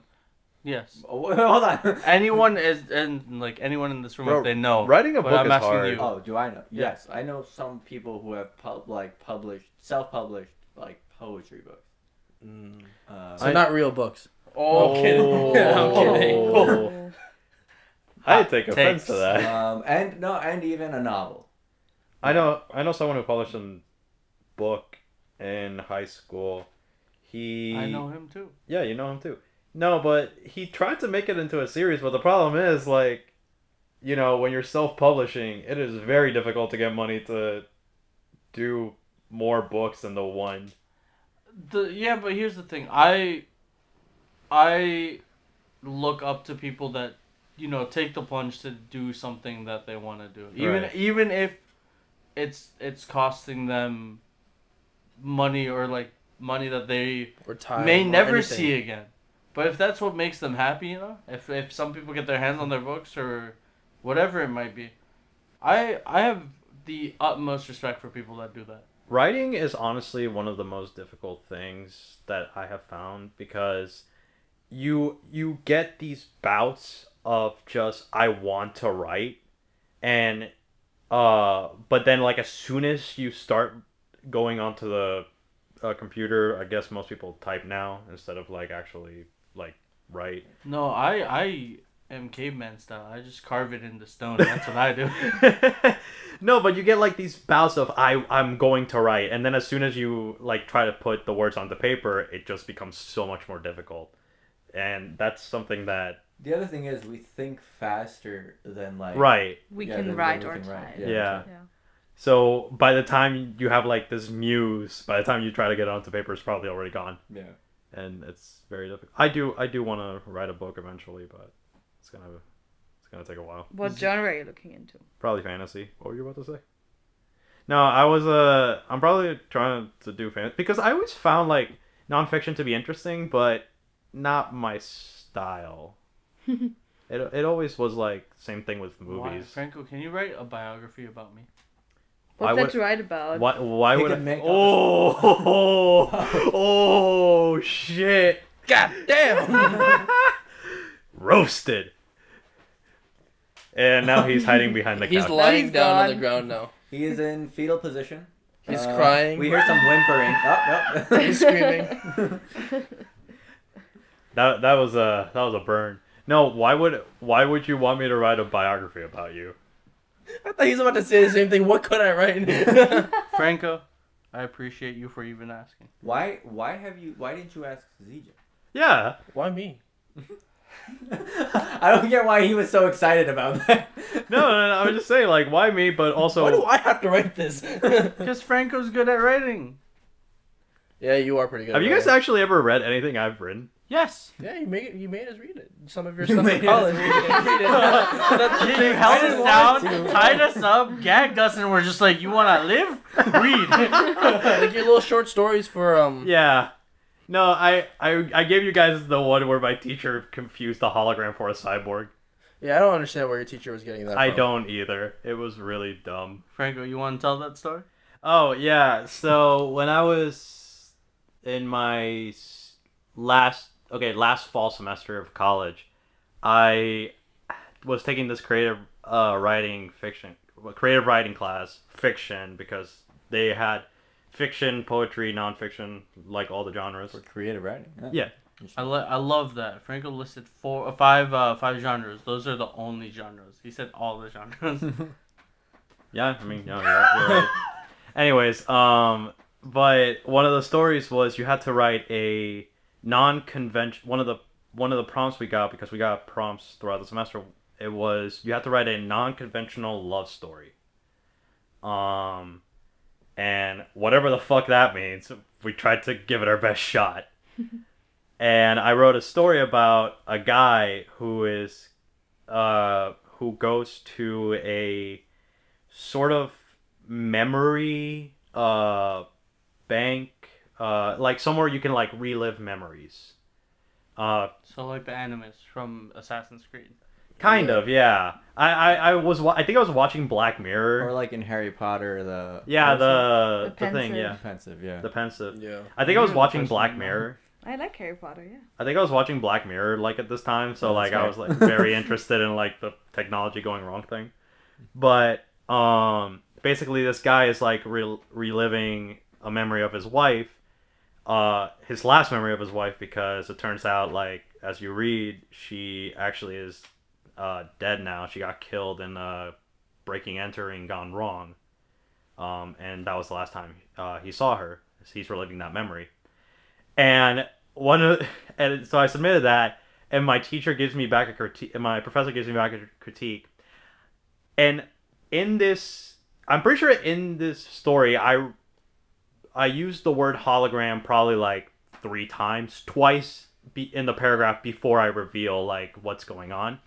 E: Yes.
B: Oh, [LAUGHS] wait, hold on.
E: Anyone is and like anyone in this room
A: Bro,
E: if they know.
A: Writing a
E: But
A: book
E: I'm
A: is
E: asking
A: hard.
E: you.
B: Oh, do I know?
E: Yeah.
B: Yes, I know some people who have pub- like published, self-published like poetry books.
E: Mm.
C: [LAUGHS]
B: Uh,
C: So not real books. I'm
E: Oh, [LAUGHS]
A: [LAUGHS]
C: kidding. Yeah, I'm kidding.
A: Oh. I take
E: Hot
A: offense
E: takes.
A: to that.
B: um, and no, and even a novel.
A: I know I know someone who published a book in high school. He
E: I know him too.
A: Yeah, you know him too. No, but he tried to make it into a series, but the problem is like you know, when you're self-publishing, it is very difficult to get money to do more books than the one.
E: The yeah, but here's the thing. I I look up to people that you know take the plunge to do something that they want to do. Even
A: Right.
E: even if it's it's costing them money or like money that they
C: Or time.
E: may
C: or
E: never
C: anything.
E: see again. But if that's what makes them happy, you know, if if some people get their hands on their books or whatever it might be, I I have the utmost respect for people that do that.
A: Writing is honestly one of the most difficult things that I have found because you you get these bouts of just I want to write and uh but then like as soon as you start going onto the uh, computer, I guess most people type now instead of like actually like write.
E: No, I I am caveman style. I just carve it into stone. That's
C: [LAUGHS]
E: what I do.
A: [LAUGHS] no, but you get like these bouts of I I'm going to write, and then as soon as you like try to put the words onto paper, it just becomes so much more difficult, and that's something that
B: The other thing is we think faster than like
A: right.
D: we
B: Yeah,
D: can
B: then-
D: write
B: then we
D: or
B: can write,
D: type.
B: yeah.
A: Yeah.
D: Yeah.
A: So by the time you have like this muse, by the time you try to get it onto paper, it's probably already gone,
B: Yeah.
A: and it's very difficult. I do I do want to write a book eventually, but it's gonna it's gonna take a while.
D: What genre are you looking into?
A: Probably fantasy. What were you about to say? No, I was uh I'm probably trying to do fantasy because I always found like nonfiction to be interesting, but not my style. it it always was like same thing with
E: Why,
A: movies. Why,
E: Franco, can you write a biography about me?
D: What's
A: I
D: that
A: would-
D: to write about?
A: why,
B: They
A: would
B: could
A: I-
B: make up a-
A: oh,
B: [LAUGHS]
A: oh [LAUGHS] oh shit
C: God
E: [LAUGHS]
C: damn.
A: roasted. And now he's hiding behind the
C: he's
A: couch.
C: lying
D: he's
C: down on the
D: gone.
C: ground now.
B: He is in fetal position.
C: He's
B: Uh,
C: crying.
B: We hear some whimpering. Oh, [LAUGHS] no.
C: [LAUGHS] He's screaming.
A: That that was a that was a burn. No, why would why would you want me to write a biography about you?
C: I thought he was about to say the same thing. What could I write? [LAUGHS]
E: Franco, I appreciate you for even asking.
B: why? Why have you? Why didn't you ask Zija? [LAUGHS]
A: Yeah.
C: Why me?
B: I don't get why he was so excited about that.
A: No, no, no, I was just saying like why me, but
C: Why do
A: also
D: [LAUGHS]
C: I have to write this?
E: Because Franco's good at writing.
C: Yeah, you are pretty good.
A: Have
C: at
A: you guys
C: writing.
A: actually ever read anything I've
C: [LAUGHS]
A: written?
E: Yes.
C: Yeah, you made you made us read it. Some of
B: [LAUGHS]
C: your
E: You
C: stuff
E: made
C: in
E: us
C: college.
E: read
C: We didn't read it. That's the
E: You
C: thing.
E: held
C: I
E: us
C: didn't
E: down,
C: want to.
E: tied us up, gagged us, and we're just like, "You want to live?
C: [LAUGHS] [LAUGHS]
E: Read."
C: like your little short stories for um.
A: Yeah. No, I, I I gave you guys the one where my teacher confused a hologram for a cyborg.
C: Yeah, I don't understand where your teacher was getting that.
A: I
C: from.
A: don't either. It was really dumb.
E: Franco, you want to tell that story?
A: Oh yeah. So when I was in my s- last okay last fall semester of college, I was taking this creative uh, writing fiction creative writing class fiction because they had fiction, poetry, nonfiction, like all the genres. [LAUGHS]
B: For creative writing.
A: Yeah.
E: I, lo- I love that Franco listed four, uh, five, uh, five genres. Those are the only genres. He said all
C: [LAUGHS]
E: the genres.
A: Yeah, I mean, no, you're, you're right. Anyways, um, but one of the stories was you had to write a non-convention. One of the one of the prompts we got because we got prompts throughout the semester. It was you had to write a non-conventional love story. Um, and whatever the fuck that means, we tried to give it our best shot. and I wrote a story about a guy who is, uh, who goes to a sort of memory uh bank uh like somewhere you can like relive memories uh
E: so like the animus from Assassin's Creed.
A: kind of yeah I, I i was wa- i think i was watching black mirror
B: Or like in Harry Potter, the
A: yeah
B: pensive-
A: the the
D: The
A: thing
D: pensive.
A: yeah
B: pensive, yeah.
A: the pensive
C: Yeah. [LAUGHS]
A: i think i was
E: Yeah, the
A: watching
E: first
A: black
E: one.
A: mirror
D: I like Harry Potter. Yeah.
A: i think i was watching black mirror like at this time so
B: Oh,
A: like
B: that's
A: i
B: right.
A: was like
B: [LAUGHS]
A: very interested in like the technology going wrong thing but um basically this guy is like re- reliving a memory of his wife uh his last memory of his wife because it turns out like as you read she actually is uh dead now she got killed in uh breaking entering gone wrong um and that was the last time uh he saw her he's reliving that memory and one of [LAUGHS] and so i submitted that and my teacher gives me back a critique my professor gives me back a critique and in this i'm pretty sure in this story i i used the word hologram probably like three times twice be, in the paragraph before i reveal like what's going on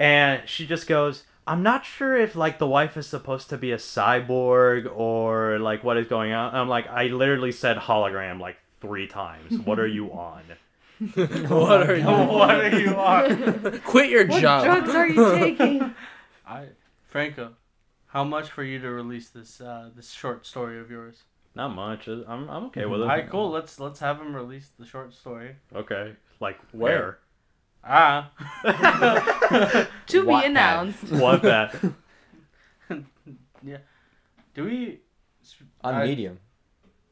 A: and she just goes i'm not sure if like the wife is supposed to be a cyborg or like what is going on i'm like i literally said hologram like three times what are you on [LAUGHS]
C: what are you?
E: what are you on?
C: Quit your
D: What
C: job.
D: drugs are you taking?
E: I, Franco, how much for you to release this uh, this short story of yours?
A: not much i'm, I'm okay with
E: All
A: it
E: right, cool. Let's let's have him release the short story.
A: okay like
C: Where?
E: Ah,
D: to
B: Wattpad.
D: be announced.
A: where? what that
E: do we?
B: [LAUGHS] On
E: I-
B: Medium.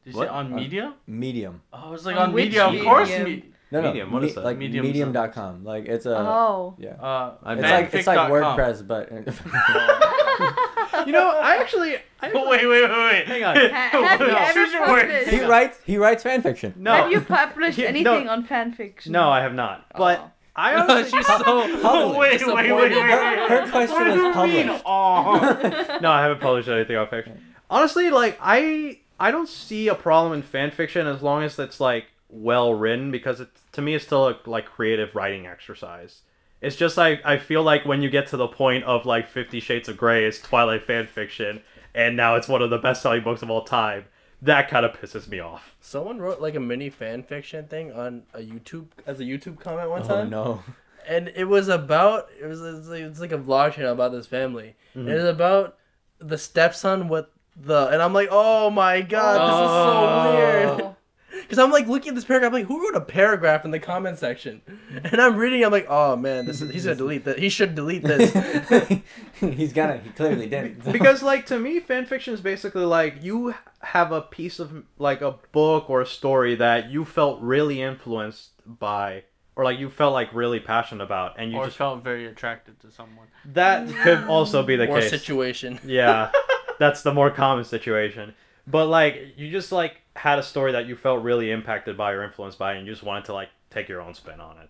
E: Did you
A: What? Uh,
E: say on
B: On-
E: media?
B: Medium.
E: Oh, I was like
D: On
E: on,
D: which
E: media, of course. Me-
D: medium?
B: No, no.
A: Medium, what is that?
B: Like
E: Medium
B: medium.com. Like it's a
D: oh.
B: yeah.
E: uh,
A: I
B: It's
A: bet.
B: like it's like
E: fanfic.com.
B: WordPress, but
A: [LAUGHS] You know, I actually, I
E: wait, wait, wait, wait.
A: Hang on.
D: Ha-
A: [LAUGHS]
D: have you ever
E: Shoot your word.
D: published?
B: he
E: Hang on.
B: writes he writes fan fiction.
A: no,
B: [LAUGHS]
D: Have you published
A: Yeah, no.
D: anything on fanfiction?
A: no, I have not. But
D: Oh.
A: I honestly,
C: She's
A: [LAUGHS]
C: so.
B: Public.
E: wait, wait, wait, wait, wait,
B: Her, her question is public.
D: [LAUGHS]
A: [LAUGHS]
E: oh.
A: no, I haven't published anything on fiction. Honestly, like I, I don't see a problem in fan fiction as long as it's like well written because it's to me it's still a like creative writing exercise. It's just like I feel like when you get to the point of like Fifty Shades of Grey is Twilight fan fiction, and now it's one of the best selling books of all time. That kind of pisses me off.
C: Someone wrote like a mini fan fiction thing on a YouTube as a YouTube comment one
B: Oh
C: time.
B: no.
C: and it was about it was it's like, it's like a vlog channel about this family. And it's about the stepson with the and I'm like, oh my god, this is so weird.
D: Oh.
C: [LAUGHS] Because I'm like looking at this paragraph, like who wrote a paragraph in the comment section? [LAUGHS] And I'm reading, I'm like, oh man, this is, he's gonna delete that. He should delete this.
B: [LAUGHS] He's gonna. He clearly didn't.
A: [LAUGHS]
B: [LAUGHS]
A: because like to me fan fiction is basically like you have a piece of like a book or a story that you felt really influenced by or like you felt like really passionate about and you
E: Or
A: just
E: felt very attracted to someone.
A: that could also be the
C: or
A: case
C: situation.
E: [LAUGHS]
A: yeah that's the more common situation but like you just like had a story that you felt really impacted by or influenced by and you just wanted to like take your own spin on it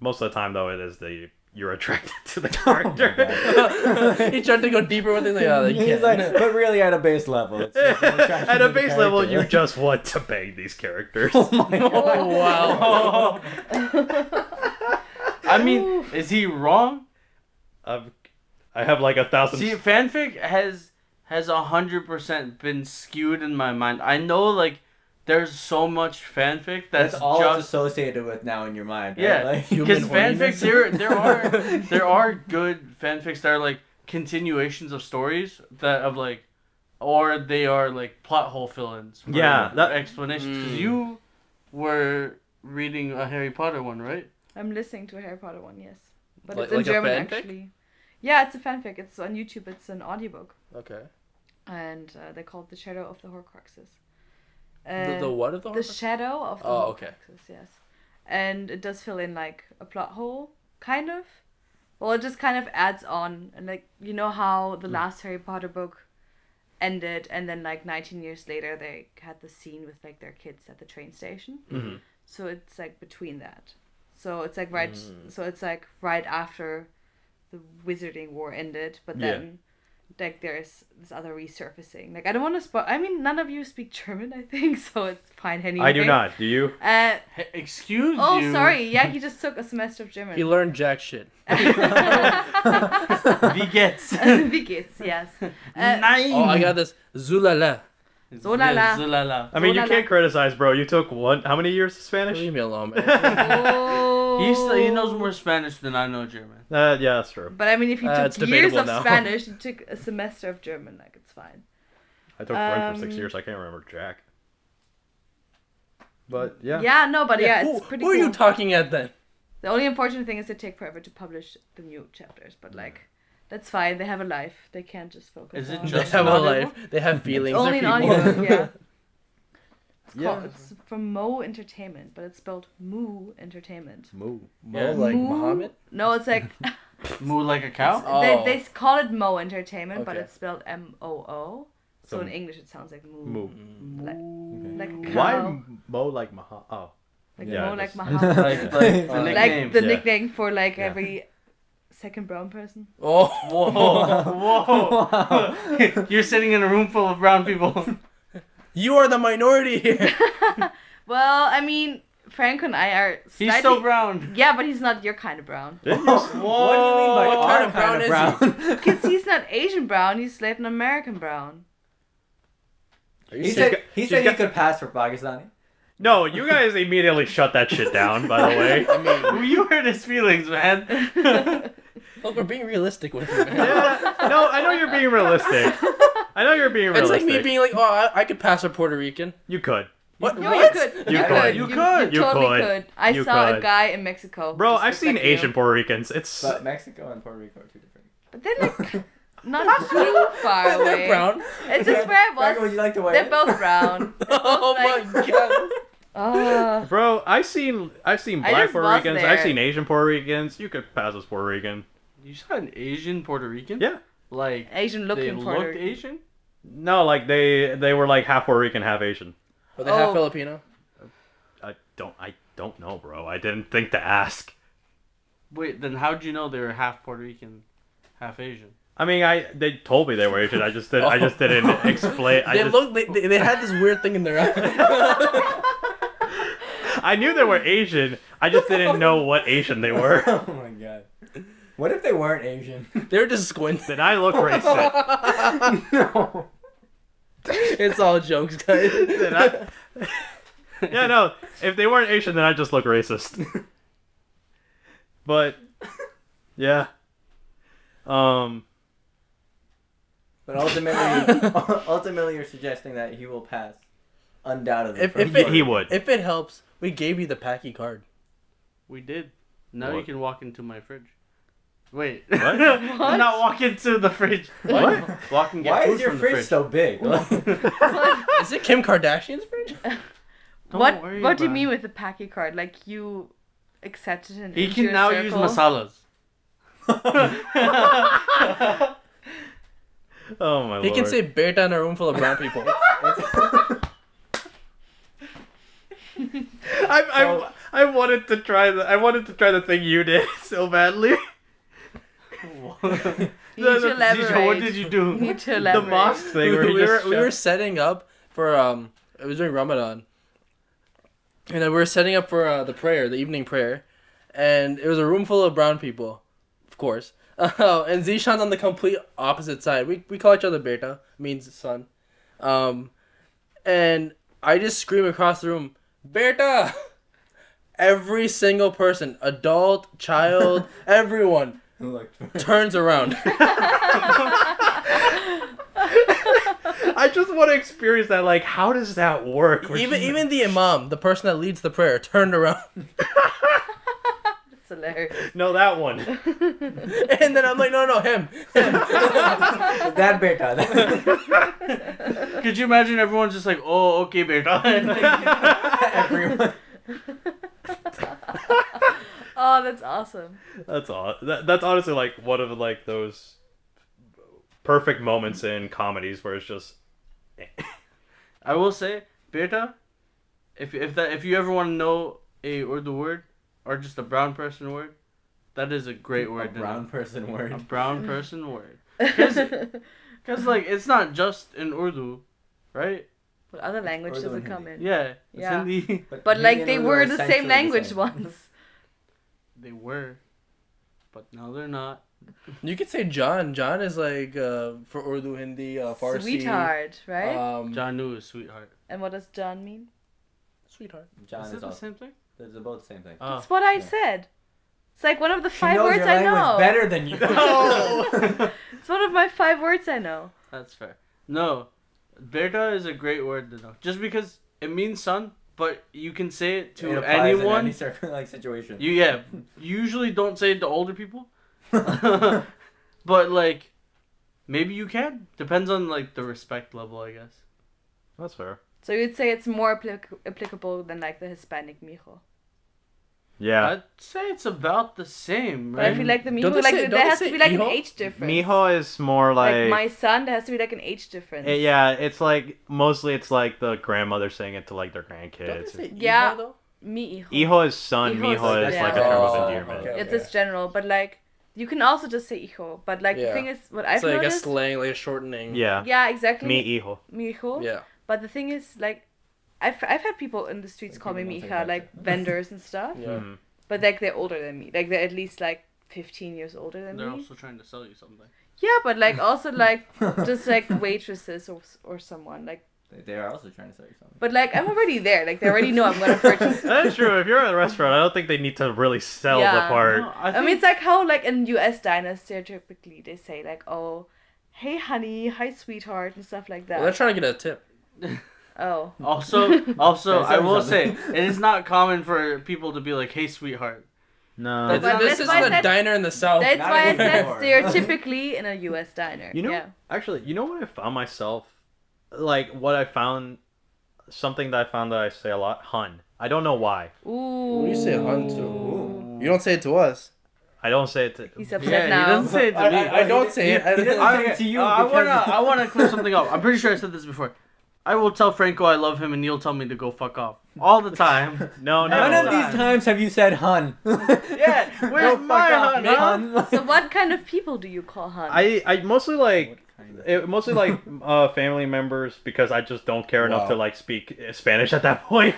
A: most of the time though it is the you're attracted [LAUGHS] to the
E: Oh
B: Oh
A: character.
C: he tried to go deeper with it. Like, oh, they
B: He's
C: can't.
B: like,
C: [LAUGHS]
B: but really at a base
A: [LAUGHS]
B: level. It's just more attraction
A: At
B: to
A: a
B: the
A: base level,
B: character.
A: you just want to bang these characters. [LAUGHS]
B: [LAUGHS]
C: oh wow.
E: I mean, is he wrong?
A: I've, Um, I have like a thousand.
E: See, fanfic has has a hundred percent been skewed in my mind. I know, like, there's so much fanfic that's,
B: That's all it's
E: just
B: associated with now in your mind. Right?
E: yeah. [LAUGHS]
B: Like,
C: Human
E: Because
C: horniness.
E: fanfics, there
A: [LAUGHS]
E: there are there are good fanfics that are like continuations of stories that of like, or they are like plot hole fill-ins. for
A: Yeah, that-
E: explanations. 'Cause
C: Mm.
E: You were reading a Harry Potter one, right?
D: I'm listening to a Harry Potter one, yes. But
C: Like-
D: it's in
C: like a
D: German,
C: fanfic?
D: actually. Yeah, it's a fanfic. It's on YouTube. It's an audiobook.
C: [LAUGHS] Okay.
D: And uh, they're called The Shadow of the Horcruxes.
C: The,
D: And
C: the what of the
D: Eh, the
C: horse?
D: Shadow of the
C: Oh,
D: Horcruxes,
C: okay.
D: yes. And it does fill in, like, a plot hole, kind of. Well, it just kind of adds on. And, like, you know how
C: Mm.
D: the last Harry Potter book ended, and then, like, 19 years later, they had the scene with, like, their kids at the train station?
C: Mm-hmm.
A: Mhm.
D: so it's like between that so it's like right
C: Mm.
D: so it's like right after the wizarding war ended but
A: Yeah.
D: then like there's this other resurfacing like i don't want to spoil i mean none of you speak german i think [LAUGHS] so it's fine anyway.
A: I do not. Do you?
D: uh,
E: H- excuse
D: oh
E: you.
D: sorry yeah he just took a semester of german
C: He learned jack shit.
E: [LAUGHS]
D: [LAUGHS]
E: He gets.
D: Wie geht's? yes uh,
E: [LAUGHS] Nine.
C: Oh, I got this Zulala.
D: Zolala.
E: Zolala.
A: I mean, you
D: Zolala.
A: can't criticize, bro. You took one. How many years of Spanish?
C: Leave me alone, man.
D: oh.
E: He's, he knows more Spanish than I know German.
A: Uh, yeah, that's true.
D: but i mean if you
C: Uh,
D: took
C: it's
D: years
C: debatable
D: of
C: now.
D: spanish you took a semester of german like it's fine
A: I took French for six
D: Um,
A: years. I can't remember Jack. But yeah.
D: yeah no [LAUGHS] but yeah,
C: who
D: it's pretty
C: who are
D: cool.
C: you talking at then?
D: The only unfortunate thing is they take forever to publish the new chapters, but like that's fine. They have a life. They can't just focus.
E: Is it
D: on
C: They
D: [LAUGHS]
E: Just
C: have
E: an
C: a
D: audiobook.
C: life. They have feelings.
D: Only an
C: They're people.
D: audiobook, yeah. It's,
A: Yeah.
D: called, it's from Mo Entertainment, but it's spelled Moo Entertainment.
A: Moo.
C: Mo,
E: Yeah.
C: like
D: Moo-
C: Muhammad.
D: No, it's like
E: Moo like a
D: [LAUGHS]
E: cow?
C: Oh.
D: they, they call it Mo Entertainment, but
C: Okay.
D: it's spelled M O O. So
A: So-
D: in English, it sounds like Moo.
A: Moo.
D: Like, like a
C: Mm,
D: cow.
A: Why Mo like Maha? Oh.
D: Like
A: Yeah,
D: Mo, like
A: that's-
D: Muhammad.
E: Like, like the
C: Like
E: nickname.
D: like the
A: Yeah.
D: nickname for like
A: Yeah.
D: every second brown person. [LAUGHS]
C: Oh,
B: [LAUGHS]
E: Whoa. Whoa. You're sitting in a room full of brown
D: [LAUGHS]
E: people.
C: [LAUGHS] you are the minority here.
D: Well, I mean, Frank and I are slightly.
E: He's so brown.
D: Yeah, but he's not your kind of brown.
B: [LAUGHS]
E: Whoa.
C: What kind of brown is
B: kind of [LAUGHS] brown?
D: Because he's not Asian brown, he's Latin American brown.
C: Are
B: he
C: you
B: said,
C: serious?
B: he,
A: she's
B: said
A: got-
B: he could pass for Pakistani.
A: No, you guys immediately shut that shit down. By
C: [LAUGHS]
A: the way. I mean.
E: You hurt his feelings, man.
C: Look, we're being realistic with you. man.
A: Yeah. No, I know you're being realistic. I know you're being
C: [LAUGHS] It's
A: realistic.
C: like me being like, oh, I, I could pass for Puerto Rican.
A: You could.
C: What?
D: No,
C: what? [LAUGHS]
D: you could.
A: You could.
E: You could.
D: You
A: You
D: totally
A: could.
D: could. I
A: You
D: saw a
A: could.
D: guy in Mexico.
A: Bro,
D: just
A: I've seen
D: like you.
A: Asian Puerto Ricans. It's
B: But Mexico and Puerto Rico are two different.
D: But they're like
E: [LAUGHS]
D: not too far
C: They're
D: away.
C: brown. [LAUGHS]
D: It's just where I
B: Franco, would you
D: was.
B: like to weigh
D: They're
B: in?
D: both brown.
C: Oh my god.
D: Oh,
A: bro. I've seen I've seen
D: I
A: black
D: just
A: Puerto
D: was
A: Ricans.
D: there.
A: I've seen Asian Puerto Ricans. You could pass as Puerto Rican.
E: [LAUGHS] You saw an Asian Puerto Rican?
A: Yeah.
E: Like,
D: Asian
E: they
D: Eh, looking
E: looked
D: Puerto Rican.
E: Asian?
A: No, like they they were like half Puerto Rican, half Asian.
C: Are they half
D: Oh.
C: Filipino?
A: I don't I don't know, bro. I didn't think to ask.
E: Wait, then how'd you know they were half Puerto Rican, half Asian?
A: I mean, I they told me they were Asian. I just did. I just
D: [LAUGHS]
A: didn't
D: Oh.
A: explain. I
C: They
A: just,
C: look. They, they, they had this weird thing in their eye. [LAUGHS]
A: I knew they were Asian. I just
D: [LAUGHS]
A: didn't know what Asian they were.
B: [LAUGHS] oh my god. What if they weren't Asian? [LAUGHS]
C: they were just squinting.
A: Then I look racist.
B: no.
C: It's all jokes, guys.
A: Then I, yeah, no. If they weren't Asian, then I just look racist.
D: [LAUGHS]
A: But yeah. Um.
B: [LAUGHS] But ultimately, ultimately, you're suggesting that he will pass, undoubtedly.
C: If-
B: for
C: if
A: He,
B: Puerto
C: it-
A: he
B: Rico.
A: would.
C: If it helps, we gave you the Packy card.
E: We did. Now you
A: What?
E: can walk into my fridge. [LAUGHS] Wait.
A: [LAUGHS] What?
E: Not walk into the fridge.
A: What?
E: Walk and get
B: why
E: food
B: is your
E: from
B: fridge,
E: the fridge.
B: so
E: [LAUGHS]
B: big?
C: Is it Kim Kardashian's fridge?
E: Don't
D: what
E: worry
D: What do you
E: about
D: mean
E: it.
D: with the packy card? Like you accepted an
E: He can now use masalas.
A: [LAUGHS]
D: [LAUGHS]
A: Oh my
C: He
A: lord.
C: can say bear down a room full of brown people.
A: I, I, I wanted to try the I wanted to try the thing you did [LAUGHS] so badly.
D: You need to
E: Zisha, what
D: elaborate.
E: did you
D: You
E: do?
D: need to
A: the
D: elaborate.
A: mosque thing
C: we,
A: where you
C: we were,
A: just
C: we were
A: shut-
C: setting up for um it was during Ramadan, and then we were setting up for uh, the prayer, the evening prayer, and it was a room full of brown people, of course. [LAUGHS] Uh, and Zishan's on the complete opposite side. We we call each other Beta, means son, um, and I just scream across the room, Beta. [LAUGHS] Every single person,
A: [LAUGHS]
C: adult, child, everyone turns around.
A: I just want to experience that. Like, how does that work? Where
C: even
A: you-
C: even the imam, the person that leads the prayer, turned around.
D: It's hilarious. [LAUGHS]
A: no, that one.
C: [LAUGHS] And then I'm like, no, no, him.
B: [LAUGHS]
C: [LAUGHS]
B: that beta.
E: [LAUGHS] Could you imagine everyone's just like, oh, okay, beta.
B: Everyone.
D: Oh, that's awesome.
A: [LAUGHS] That's all. That, that's honestly like one of like those perfect moments in comedies where it's just
E: [LAUGHS] I will say, beta. If if that if you ever want to know a Urdu word or just a brown person word, that is a great
B: A
E: word. to know.
B: brown person
E: a
B: word.
E: brown person [LAUGHS] word.
D: [LAUGHS]
E: Because, like, it's not just in Urdu, right?
D: But other language
B: Urdu
D: doesn't
B: and
D: come in.
E: Yeah. It's
D: Yeah.
E: Hindi.
D: But
B: Hindi
D: like
B: and
D: they
B: Urdu
D: were
B: are
D: the
B: essentially
D: same language
B: same.
D: [LAUGHS] once.
E: [LAUGHS] They were. But now they're not.
C: You could say John. John is like uh, for Urdu, Hindi, uh, Farsi.
D: Sweetheart, right?
C: Um,
E: Janu is sweetheart.
D: and what does John mean?
C: Sweetheart.
B: John
E: is
B: is
E: it the
B: awesome.
E: same thing?
B: They're both the same thing.
C: Ah,
E: Oh.
D: That's what I
B: yeah.
D: said. It's like one of the
B: She
D: five
B: knows
D: words
B: your
D: I
B: language
D: know.
B: better than
D: [LAUGHS]
B: you.
D: It's one of my five words I know.
E: That's fair. No. Beta is a great word to know. Just because it means son, but you can say it
B: It
E: to
B: applies
E: anyone.
B: in any circum- like situation. [LAUGHS]
E: You yeah, usually don't say it to older people. [LAUGHS] but like maybe you can. Depends on like the respect level, I guess.
A: that's fair.
D: So you'd say it's more applic- applicable than like the Hispanic mijo.
A: Yeah.
E: I'd say it's about the same,
D: But I
E: right?
D: feel like the
C: Mm. Don't they
D: mijo, like
C: say- don't
D: there
C: they
D: has
C: say
D: to be like
C: hijo?
D: an age difference.
A: Mijo is more
D: like,
A: like,
D: my son, there has to be like an age difference.
A: Eh, yeah, it's like mostly it's like the grandmother saying it to like their grandkids.
D: Yeah.
C: Ijo, though?
D: Mi hijo.
A: Hijo is son,
D: Hijo is
A: mijo is
D: son.
A: like a
D: Yeah.
A: term of
B: Oh,
A: endearment.
B: okay.
D: It's just general, but like you can also just say hijo. But like
C: Yeah.
D: the thing is, what I've
C: It's like a
D: noticed.
C: slang, like a shortening.
A: Yeah.
D: yeah, exactly.
A: Mi hijo.
D: Mi hijo.
C: Yeah.
D: But the thing is, like, I've I've had people in the streets
B: Like,
D: call me
B: people don't say
D: Mija,
B: that
D: like
B: shit. [LAUGHS]
D: vendors and stuff.
C: Yeah.
A: Mhm.
D: But like they're older than me. Like they're at least like fifteen years older than
E: They're
D: me.
E: also trying to sell you something.
D: Yeah, but like
B: [LAUGHS]
D: also like [LAUGHS] just like waitresses or or someone like.
B: They- They are also trying to sell you something.
D: But like I'm already there. Like they already know I'm gonna
A: [LAUGHS]
D: purchase.
A: That's true. If you're at a restaurant, I don't think they need to really sell
D: Yeah.
A: the part.
E: No, I,
D: I mean, it's like how like in U.S. diners, stereotypically they say like, "Oh, hey honey, hi sweetheart," and stuff like that.
C: Well, they're trying to get a tip.
D: oh, [LAUGHS]
E: also also
B: Sorry,
E: I will say
B: sorry.
E: it is not common for people to be like, "Hey, sweetheart."
A: No.
C: Th-
D: but
C: this
D: that's
C: is
D: why I
C: a
D: said-
C: diner in the south.
D: that's
B: not
D: why
C: [LAUGHS]
D: I said
B: anymore.
D: stereotypically in a U.S. diner.
A: You know,
D: yeah.
A: actually, you know what I found myself, like what I found, something that I found that I say a lot, hun. I don't know why.
D: Ooh.
C: you say hun too. You don't say it to us.
A: I don't say it to.
D: He's upset
E: Yeah,
D: now.
E: he doesn't say it to
C: I,
E: me.
C: I, I don't say it.
B: He
C: I
B: doesn't
C: don't
B: say it to you.
E: Uh, I
B: because-
E: wanna I wanna clear something up. I'm pretty sure I said this before. I will tell Franco I love him, and he'll tell me to go fuck off all the
D: [LAUGHS]
E: time.
A: No, no.
B: None
A: no.
B: of these times have you said [LAUGHS] hun.
E: yeah, where's my hun? huh?
B: [LAUGHS]
D: So what kind of people do you call hun?
A: I I mostly like it, mostly like uh, family members because I just don't care enough
B: Wow.
A: to like speak Spanish at that [LAUGHS] point.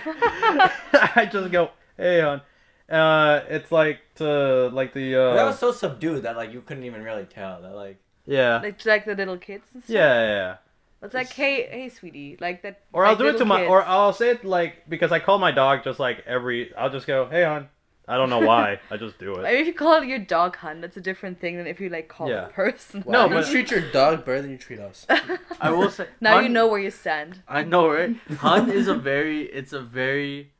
A: I just go, hey, hon. Uh, it's like to like the uh,
B: that was so subdued that like you couldn't even really tell that like
A: yeah.
D: like like the little kids and stuff.
A: yeah, yeah, yeah.
D: It's like hey hey sweetie, like that.
A: Or
D: like
A: I'll do it
D: little
A: to my,
D: kids.
A: or I'll say it like because I call my dog just like every. I'll just go, hey, hon. I don't know why. I just do
D: I [LAUGHS]
A: it.
D: mean, if you call your dog hun, that's a different thing than if you like call
A: Yeah.
D: the person.
C: Wow,
A: No,
C: you
A: but-
C: treat your dog better than you treat
D: [LAUGHS]
C: us.
E: I will say
D: now you
E: hun-
D: know where you stand.
E: I know,
D: [LAUGHS]
E: right? Hun is a very it's a very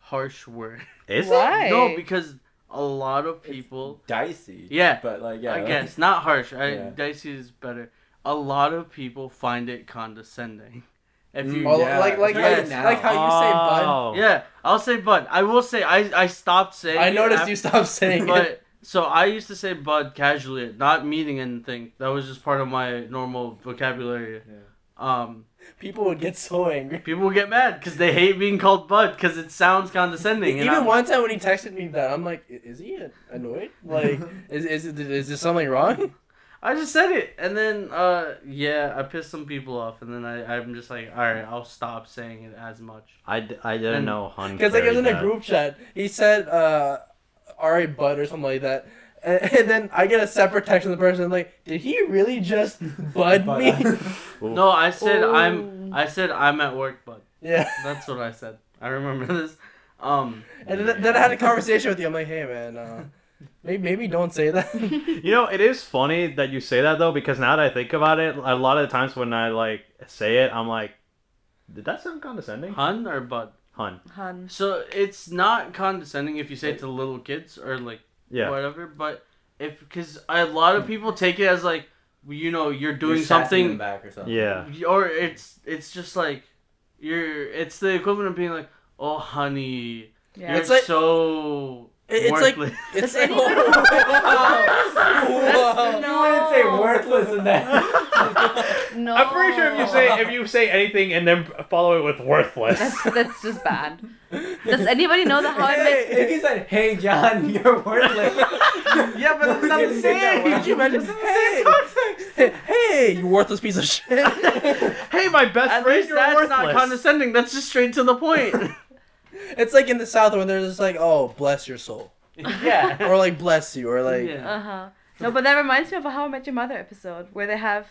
E: harsh word.
A: Is it?
D: Why?
E: No, because a lot of people
B: dicey.
E: Yeah.
B: but like yeah.
E: I guess not harsh. I,
B: Yeah.
E: Dicey is better. A lot of people find it condescending. If you
C: Or
B: yeah.
C: Mm, like like
E: Yes.
C: how, like how you say bud.
A: Oh.
E: yeah, I'll say bud. I will say I I stopped saying.
C: I
E: it
C: noticed
E: after-
C: you stopped saying it.
E: But so I used to say bud casually, not meaning anything. That was just part of my normal vocabulary.
B: Yeah.
E: Um,
C: people would get so angry.
E: People will get mad because they hate being called bud because it sounds condescending. and
C: Even
E: I'm-
C: one time when he texted me that, I'm like, "I- is he annoyed? Like, is is is there something
E: [LAUGHS]
C: wrong?
E: I just said it, and then uh, yeah, I pissed some people off, and then I I'm just like, all right, I'll stop saying it as much.
A: I, d- I didn't
E: And-
A: know hun.
C: Because like it was in
A: carried
C: a
A: that.
C: group chat. He said, uh, "All right, bud," or something like that. And, and then I get a separate text from the person like, "Did he really just bud
B: Bud.
C: me?"
B: [LAUGHS]
E: No, I said I'm
D: Ooh.
E: I said I'm at work, but
C: [LAUGHS] yeah.
E: that's what I said. I remember [LAUGHS] this. Um,
C: And then, then I had a conversation with you. I'm like, "Hey, man, uh, maybe maybe don't say that." [LAUGHS]
A: You know, it is funny that you say that though, because now that I think about it, a lot of the times when I like say it, I'm like, did that sound condescending?
E: hun or bud.
A: Hun.
D: Hun.
E: So it's not condescending if you say it to little kids or like
A: Yeah.
E: whatever, but if because a lot of people take it as like you know you're
B: [LAUGHS]
E: doing
B: You're sassing
E: something
B: them back or something. [LAUGHS]
E: [LAUGHS]
A: Yeah.
E: or it's it's just like you're it's the equivalent of being like oh honey
D: Yeah.
E: you're
C: It's like-
E: so
C: It- it's like-
E: worthless."
C: It's
B: [LAUGHS]
D: That's
C: Whoa. Whoa.
D: No.
B: You wouldn't say worthless in [LAUGHS] that.
D: no.
A: I'm pretty sure if you say if you say anything and then follow it with worthless.
D: That's that's just bad. Does anybody know the how I met?
A: [LAUGHS]
B: if you said, "Hey John, [LAUGHS] you're worthless,"
C: [LAUGHS]
E: yeah but that's not
B: You
E: the
B: didn't say that
E: same
B: one.
C: Could you imagine? Hey, [LAUGHS] hey, you worthless piece of shit.
A: [LAUGHS]
C: [LAUGHS]
A: hey, my
E: [LAUGHS]
A: best
E: at
A: friend,
E: least
A: you're
E: that's not
A: worthless.
E: condescending that's just straight to the point
C: it's like in the South when they're just like, "Oh, bless your soul,"
E: [LAUGHS] yeah
C: or like, "Bless you," or like,
E: Yeah.
D: Uh huh. No, but that reminds me of a How I Met Your Mother episode where they have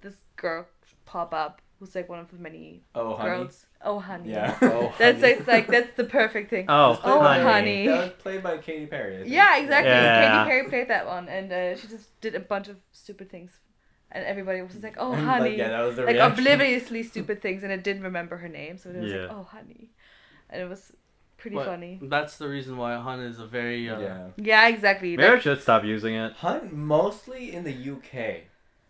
D: this girl pop up who's like one of the many
B: [LAUGHS] oh honey.
D: girls. Oh honey.
B: Yeah.
C: [LAUGHS] Oh,
D: [LAUGHS] That's
C: honey.
D: it's
C: [LAUGHS]
D: like that's the
B: [LAUGHS]
D: perfect thing.
A: Oh,
D: Oh,
A: honey.
D: honey.
B: That was played by Katy Perry. I think.
D: Yeah, exactly.
A: Yeah.
D: Katy Perry played that one, and uh, she just did a bunch of stupid things, and everybody was just like,
B: [LAUGHS]
D: "Oh,
B: Like,
D: honey,"
B: yeah, that was the
D: like
B: reaction.
D: obliviously stupid things, and it didn't remember her name, so it was
A: Yeah.
D: like, "Oh, honey," and it was pretty
E: But
D: funny.
E: that's the reason why hun is a very uh,
B: Yeah.
D: Yeah, exactly.
A: Maybe I
D: Like,
A: should stop using it.
B: Hun mostly in the UK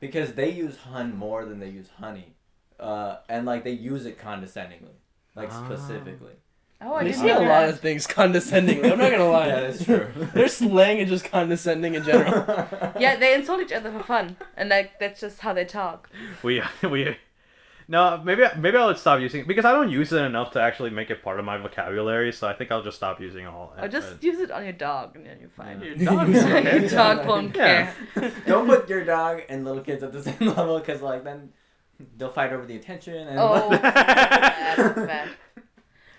B: because they use hun more than they use honey, uh, and like they use it condescendingly, like
A: Ah.
B: specifically.
D: oh, I
C: they
D: didn't
C: say a
D: know
C: lot
D: that.
C: of things condescendingly. I'm
B: [LAUGHS]
C: not gonna lie.
B: yeah, that's
C: [LAUGHS]
B: true.
C: Their slang is just condescending in
B: [LAUGHS]
C: general.
D: Yeah, they insult each other for fun, and like that's just how they talk.
A: We [LAUGHS] we. No, maybe maybe I'll stop using it because I don't use it enough to actually make it part of my vocabulary. So I think I'll just stop using it all.
D: Or just use it on your dog, and then you're fine.
E: your [LAUGHS]
B: dog
E: dog's
B: is
D: [LAUGHS]
E: okay.
D: your dog won't
A: Yeah.
D: care.
B: Don't put your dog and little kids at the [LAUGHS] same level because like then they'll fight over the attention. And
C: [LAUGHS]
D: Oh,
A: Bad,
D: bad. [LAUGHS]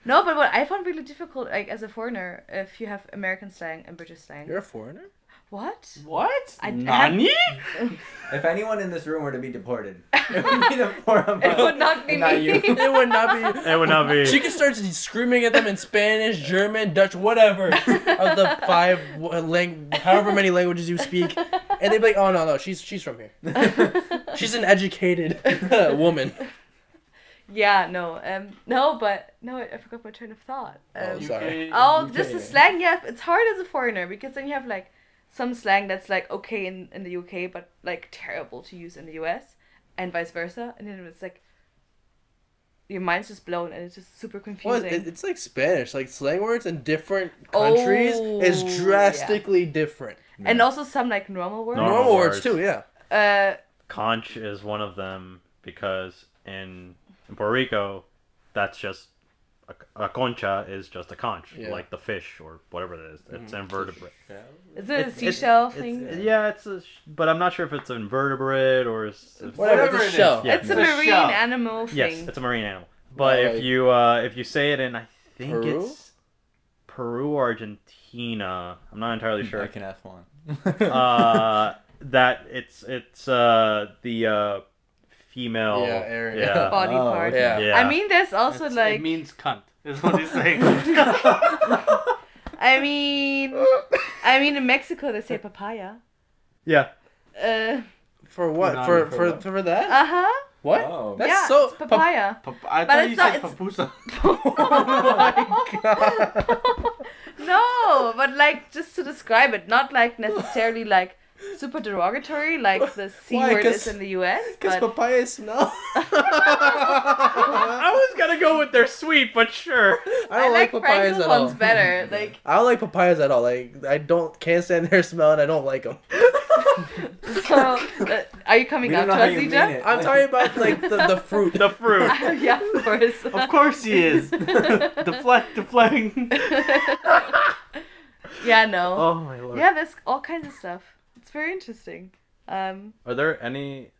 D: No, but what I found really difficult, like as a foreigner, if you have American slang and British slang.
C: You're a foreigner.
D: What?
E: what
D: I- I
C: [LAUGHS]
D: have- [LAUGHS]
E: nani
B: [LAUGHS] If anyone in this room were to be deported, [LAUGHS] it would be
D: [LAUGHS]
B: the four of us.
D: It would not be
B: and not
D: me. [LAUGHS]
B: you.
C: It would not be.
A: It would not [LAUGHS] be.
C: She can start screaming at them in Spanish, German, Dutch, whatever of the five w- uh, lang- however many languages you speak, and they'd be like, "Oh no, no, she's she's from here. She's an educated [LAUGHS]
D: [LAUGHS]
C: woman." Oh,
D: yeah, no, um, no, but no, I I forgot my train of thought. Um,
C: I'm sorry.
D: oh,
B: UK.
D: just the slang. Yeah, it's hard as a foreigner because then you have like some slang that's like okay in, in the UK, but like terrible to use in the US, and vice versa. And then it's like your mind's just blown, and it's just super
C: Well,
D: confusing.
C: it, it's like Spanish, like slang words in different countries is
D: Oh, yeah.
C: drastically different.
D: And also some like normal words.
A: Normal
C: Normal, words.
A: words.
C: too, yeah.
D: Uh,
A: Conch is one of them because in, in Puerto Rico, that's just a, a concha is just a conch,
C: Yeah.
A: like the fish or whatever it is. It's invertebrate.
D: is it a
A: It's- it's-
D: seashell
B: it's-
D: thing?
B: Yeah.
A: Yeah, it's a, sh- but I'm not sure if it's invertebrate or it's, if-
C: Whatever, it's a
E: Whatever it is.
C: shell.
A: Yeah.
D: It's a
E: It's a
D: marine
E: shell.
D: animal thing.
A: yes, it's a marine animal. But if
C: Like-
A: you uh, if you say it in, I think
C: Peru?
A: it's Peru, Argentina. I'm not entirely
B: Mm, I
A: sure.
B: can ask one.
A: uh, [LAUGHS] that it's it's uh, the uh, female.
C: Yeah, area.
A: Yeah.
D: Body
B: Oh,
D: part.
B: okay.
C: Yeah. [LAUGHS]
A: yeah.
D: I mean, there's also
E: It's-
D: like
E: it means cunt is what
D: [LAUGHS]
E: he's saying
D: I mean,
C: [LAUGHS]
D: I mean in Mexico they say papaya.
A: yeah.
D: Uh
C: For what?
E: Not
C: For
E: for
C: for, for
B: what?
C: that?
D: huh.
C: what?
B: Oh.
C: That's
D: yeah,
C: so
D: it's
C: [LAUGHS]
D: papaya.
E: Pap- I
D: But
E: thought
D: it's
E: you
D: not-
E: said
D: it's-
E: papusa
C: Oh
D: [LAUGHS] no, but like just to describe it, not like necessarily like super derogatory, like the
C: [LAUGHS]
D: c
C: Why? [LAUGHS]
D: word
C: 'Cause-
D: is in the U.S.
C: Because
D: But
C: papaya [LAUGHS] smell.
A: I was gonna go with they're sweet, but sure. [LAUGHS]
C: I don't like, papayas
D: Franklin's
C: at all.
D: ones
C: [LAUGHS]
D: better. Like
C: I don't like papayas at all. Like I don't can't stand their smell and I don't like them.
D: so, uh, are you coming
B: We
D: out
B: don't
D: to
B: know how
D: us,
B: you mean
D: EJ?
B: it.
C: I'm talking
B: [LAUGHS]
C: about like the, [LAUGHS] the fruit.
D: [LAUGHS]
A: The fruit.
D: yeah, of course.
E: Of course he
D: [LAUGHS]
E: is. deflect, deflecting.
D: yeah, no.
E: Oh my lord.
D: yeah, there's all kinds of stuff. It's very interesting. Um,
A: Are there any?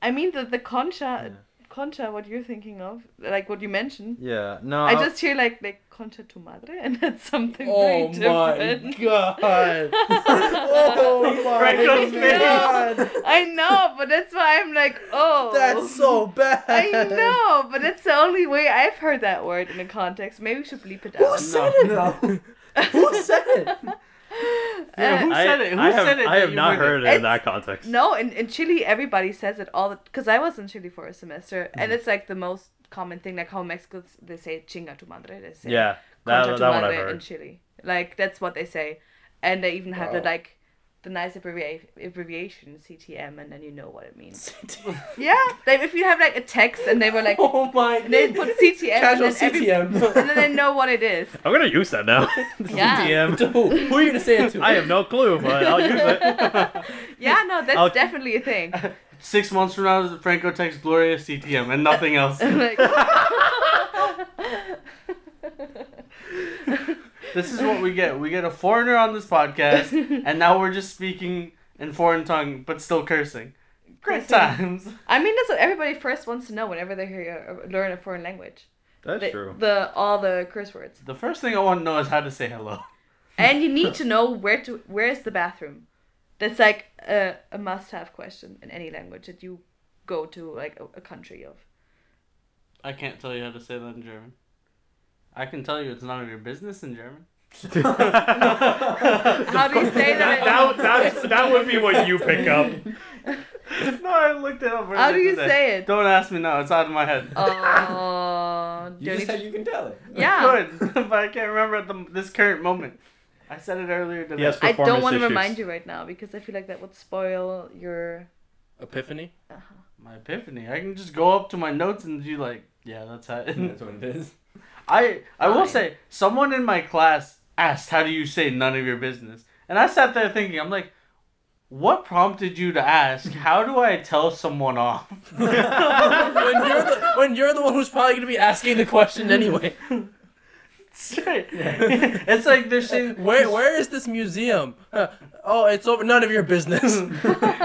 D: I mean the the concha, concha, what you're thinking of, like what you mentioned.
A: Yeah. No.
D: I just hear like like concha tu madre, [LAUGHS] and that's something
C: Oh
D: very
C: my
D: different.
C: god. [LAUGHS]
D: [LAUGHS]
C: Oh
E: Franco's
C: my
E: face.
C: god.
D: I know, but that's why I'm like, oh.
C: That's so bad.
D: [LAUGHS]
E: [LAUGHS]
D: I know, but that's the only way I've heard that word in a context. Maybe we should bleep it
C: Who
D: out.
C: said
B: No.
C: it? Who said it?
E: Yeah, who
D: Uh,
A: I,
E: said it? Who
A: I have,
E: said it?
A: I
E: that
A: have
E: you
A: not
E: heard
A: heard
E: it?
A: it, in that
D: It's-
A: context.
D: no, in, in Chile, everybody says it all the because I was in Chile for a semester,
A: Mm-hmm.
D: and it's like the most common thing, like how Mexicans they say chinga tu madre, they say
A: Yeah. That,
D: concha
A: that
D: tu
A: one I've
D: madre in
A: heard.
D: Chile. Like that's what they say, and they even have the
C: Wow.
D: like the nice abbrevi- abbreviation CTM, and then you know what it means.
E: [LAUGHS]
D: Yeah, they, if you have like a text and they were like
C: oh my.
D: and they put CTM [LAUGHS] and
C: Casual
D: then, every, [LAUGHS] and
C: [LAUGHS]
D: then
C: CTM.
D: they know what it is.
A: I'm gonna use that now.
D: Yeah.
A: DM.
C: To who? Who are you gonna say it to?
A: I have no clue, but I'll use
D: [LAUGHS]
A: it.
D: Yeah, no, that's
A: I'll-
D: definitely a thing.
E: Six months from now, Franco texts Gloria CTM and nothing
D: [LAUGHS]
E: else.
D: like,
E: this is what we get. We get a foreigner on this
D: [LAUGHS]
E: podcast, and now we're just speaking in foreign tongue, but still cursing. Great
D: Cursing.
E: times.
D: I mean, that's what everybody first wants to know whenever they hear you learn a foreign language.
A: That's
D: the,
A: true.
D: The all the curse words,
E: The first thing I want to know is how to say hello.
D: and you need to know where to where is the bathroom. That's like a, a must-have question in any language that you go to like a, a country of.
E: I can't tell you how to say that in German. I can tell you it's none of your business in German.
D: How do you say that?
A: That, that, that's- that would be what you pick
B: [LAUGHS]
A: up.
E: [LAUGHS] no, I looked it up.
D: how
E: earlier
D: do you
E: today.
D: say
E: [LAUGHS]
D: it?
E: Don't ask me now. It's out of my head.
D: Oh,
B: You just said you can tell it.
E: [LAUGHS]
D: yeah.
E: Good, but I can't remember at the, this current moment. I said it earlier today.
A: Yes.
D: I don't
A: Performance
D: want to
A: issues.
D: remind you right now because I feel like that would spoil your.
C: Epiphany.
E: My epiphany. I can just go up to my notes and be like, yeah, that's how.
B: [LAUGHS]
C: Mm.
B: That's what it is.
E: I I will
D: Fine.
E: say someone in my class asked, "How do you say none of your business?" And I sat there thinking, I'm like, what prompted you to ask? How do I tell
C: [LAUGHS]
E: someone off? [LAUGHS]
C: when you're [LAUGHS] the, when you're the one who's probably gonna be asking the question anyway.
E: [LAUGHS] it's like they're saying
C: Where where is this museum? Huh. oh, it's over. None of your business.
E: [LAUGHS]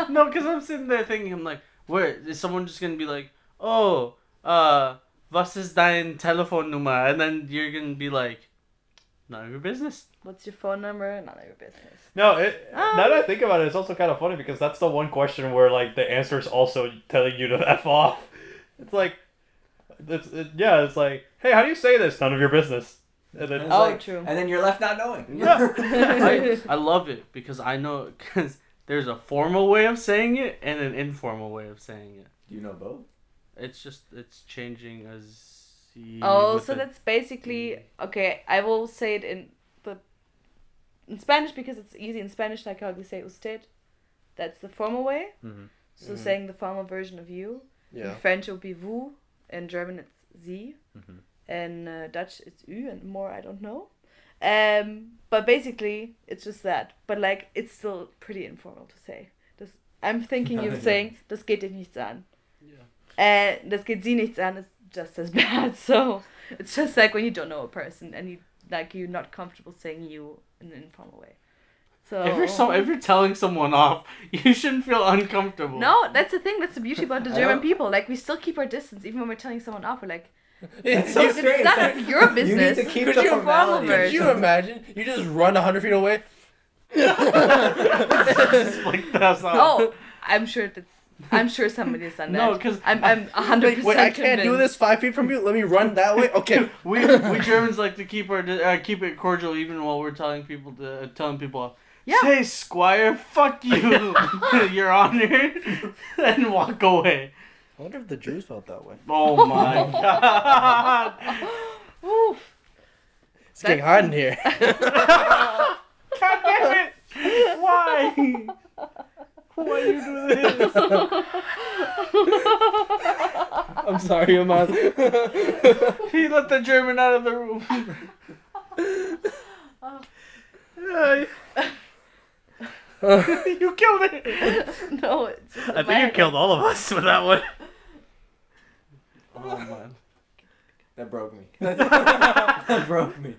E: no, because I'm sitting there thinking, I'm like, where is someone just gonna be like, oh, uh, was ist dein Telefonnummer? And then you're gonna be like, none of your
D: [LAUGHS]
E: business.
D: What's your phone number? None of your business.
A: No, it,
D: Um,
A: now that I think about it, it's also kind of funny because that's the one question where like the answer is also telling you to [LAUGHS] f off. It's like, it's, it, yeah, it's like, hey, how do you say this? None of your business. And then,
B: And it's
D: Oh,
B: like-
D: true.
B: And then you're left not knowing. [LAUGHS]
E: I, I love it because I know because there's a formal way of saying it and an informal way of saying it.
B: Do you know both?
E: It's just it's changing as.
D: [LAUGHS] Oh, so that's basically okay. I will say it in the in Spanish because it's easy in Spanish. Like how they say usted, that's the formal way.
A: Mhm.
D: So saying the formal version of you.
C: [LAUGHS]
D: In French it would be vous. In German it's sie.
A: Mhm.
D: In uh, Dutch it's u, and more I don't know. Um, but basically it's just that. But like it's still pretty informal to say. Das, I'm thinking
B: Yeah.
D: you're saying das geht dich nichts an.
E: Yeah.
D: Uh, das geht sie nichts an is just as [LAUGHS] bad. So it's just like when you don't know a person and you like you're not comfortable saying you in an informal way. So
E: If you're so if you're telling someone off, [LAUGHS] you shouldn't feel uncomfortable.
D: no, that's the thing. That's the beauty about the
B: I
D: German
B: don't-
D: people. Like we still keep our distance, even when we're telling someone off. We're like,
B: It's so
D: it's
B: strange.
D: not
B: like,
D: your
B: You need
D: business.
B: to keep
D: Could
B: the
D: you
B: formality.
D: follow her?
C: Could you [LAUGHS] imagine? You just run hundred feet away. [LAUGHS]
E: Just like that's [LAUGHS] not.
D: oh, I'm sure that's. I'm sure somebody's done that.
E: No, 'cause-
D: I'm I'm a hundred
C: Wait,
D: percent.
C: I can't do [LAUGHS] this five feet from you. Let me run that way. Okay.
E: We [LAUGHS] we Germans like to keep our uh, keep it cordial even while we're telling people to, uh, telling people off.
D: Yeah.
E: Say squire, fuck [LAUGHS] you, your honor, [LAUGHS] and walk away.
C: I wonder if the Jews felt that way.
E: Oh [LAUGHS] my god.
D: Oof.
C: It's getting hot in here.
D: [LAUGHS]
E: God damn it! Why? Why you do [LAUGHS] this?
C: I'm sorry,
D: [LAUGHS]
C: Aman.
E: He let the German out of the room. [LAUGHS] you killed it.
D: no, it's just
A: I think you
D: mine.
A: killed all of us [LAUGHS] with that one.
B: Oh man, that broke [LAUGHS] me. that broke me.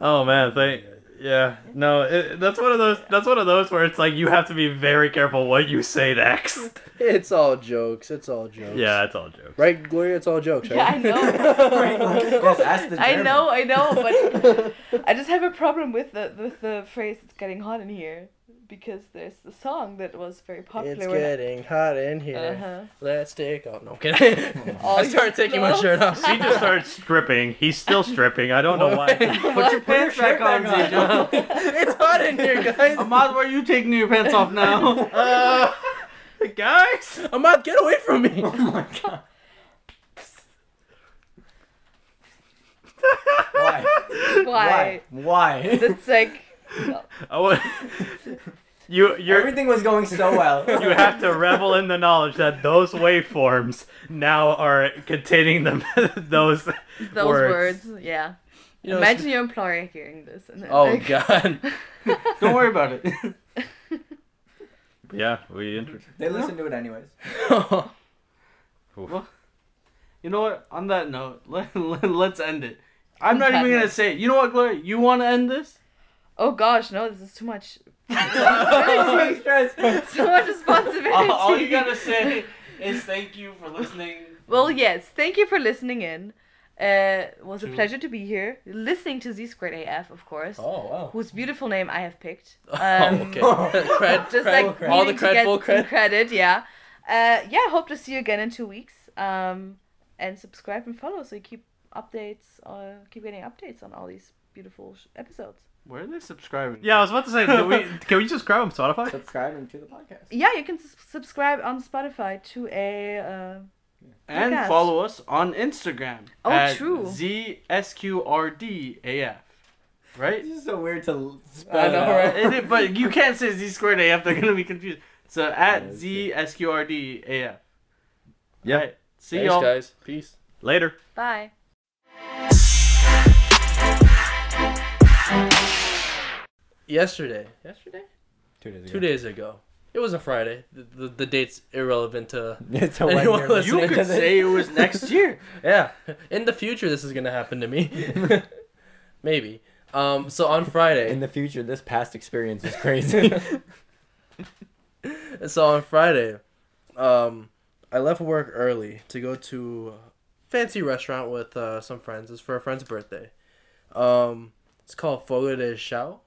A: Oh man, thank yeah. No, it, that's one of those. That's one of those where it's like you have to be very careful what you say next.
C: [LAUGHS] It's all jokes. It's all jokes.
A: Yeah, it's all jokes.
C: Right, Gloria? It's all jokes, right?
D: Yeah, I
C: [LAUGHS]
D: know.
B: Just ask the
D: I
B: German.
D: know, I know, [LAUGHS] but I just have a problem with the with the phrase "it's getting hot in here" because there's the song that was very popular.
C: It's
D: when I-
C: getting hot in here.
D: Uh-huh.
C: Let's take off. No, I'm kidding.
D: All
C: I started
D: your
C: taking my
D: clothes.
C: shirt off.
A: He just [LAUGHS] starts stripping. He's still stripping. I don't know why.
E: Put your pants back on, Zijan.
C: [LAUGHS] it's hot in here,
E: [LAUGHS]
C: guys.
E: Ahmad, why are you taking your pants off [LAUGHS] now?
A: Uh, [LAUGHS] guys.
C: Ahmad, get away from me.
B: [LAUGHS] Oh my god. Why?
D: Uh-huh. Why?
B: Why?
D: That's like
A: I want, [LAUGHS] you you're
B: [LAUGHS] Everything was going so well.
A: you have to revel in the knowledge that those waveforms now are containing them [LAUGHS] those
D: those
A: Words.
D: words. Yeah.
C: You know, [LAUGHS]
D: Imagine your employer hearing this. And then,
C: Oh
D: like,
C: God.
E: Don't worry about it.
A: yeah we inter-
B: They listen to it [LAUGHS] anyways.
C: Oh,
E: You know what? On that note, [LAUGHS] let, let, let's end it. I'm not even
D: Goodness.
E: gonna say. It. You know what, Gloria? You want to end this?
D: [LAUGHS] Oh gosh, no, this is too much.
B: So stressed.
D: So much responsibility.
E: All, all you gotta say is thank you for listening.
D: Well, yes. Thank you for listening in. Uh, it was a
E: Two.
D: pleasure to be here. Listening to Z Squared AF, of course,
C: Oh, wow. Oh,
D: whose beautiful name I have
C: [LAUGHS]
D: picked. Um,
C: okay. cred,
D: [LAUGHS] Just
C: cred,
D: like
C: all the
D: needing to
C: cred,
D: get
C: full
D: some
C: cred.
D: credit, yeah. Uh, yeah. Hope to see you again in two weeks. Um, and subscribe and follow so you keep updates, uh, keep getting updates on all these beautiful sh- episodes.
E: Where are they subscribing?
A: yeah I was about to say do we, can we subscribe on Spotify
B: Subscribing to the podcast.
D: Yeah, you can s- subscribe on Spotify to a. Uh,
E: and
D: Podcast.
E: follow us on Instagram.
D: Oh,
E: at
D: true.
E: ZSQRDAF. Right? Uh,
B: This is so weird to l- spell.
C: I know,
B: out.
C: right?
E: It is- but you can't say Z squared AF. They're gonna be confused. So
B: Yeah,
E: at
B: that's
E: ZSQRDAF.
A: Yeah.
E: Alright, See
C: Thanks,
E: y'all.
C: guys. Peace.
A: later.
D: bye.
C: Yesterday. Yesterday.
B: Two days ago.
C: Two days ago. It was a Friday. The, the, the date's irrelevant to.
B: [LAUGHS] It's a
C: Anyone
B: weird
C: listening
B: [LAUGHS]
C: to
E: You could
C: this?
E: say it was next year.
C: Yeah. In the future, this is gonna happen to me. [LAUGHS] Maybe. Um. So on Friday.
B: In the future, this past experience is crazy. [LAUGHS]
C: And so on Friday, um, I left work early to go to a fancy restaurant with uh, some friends. It's for a friend's birthday. Um, it's called Fogo de Chao.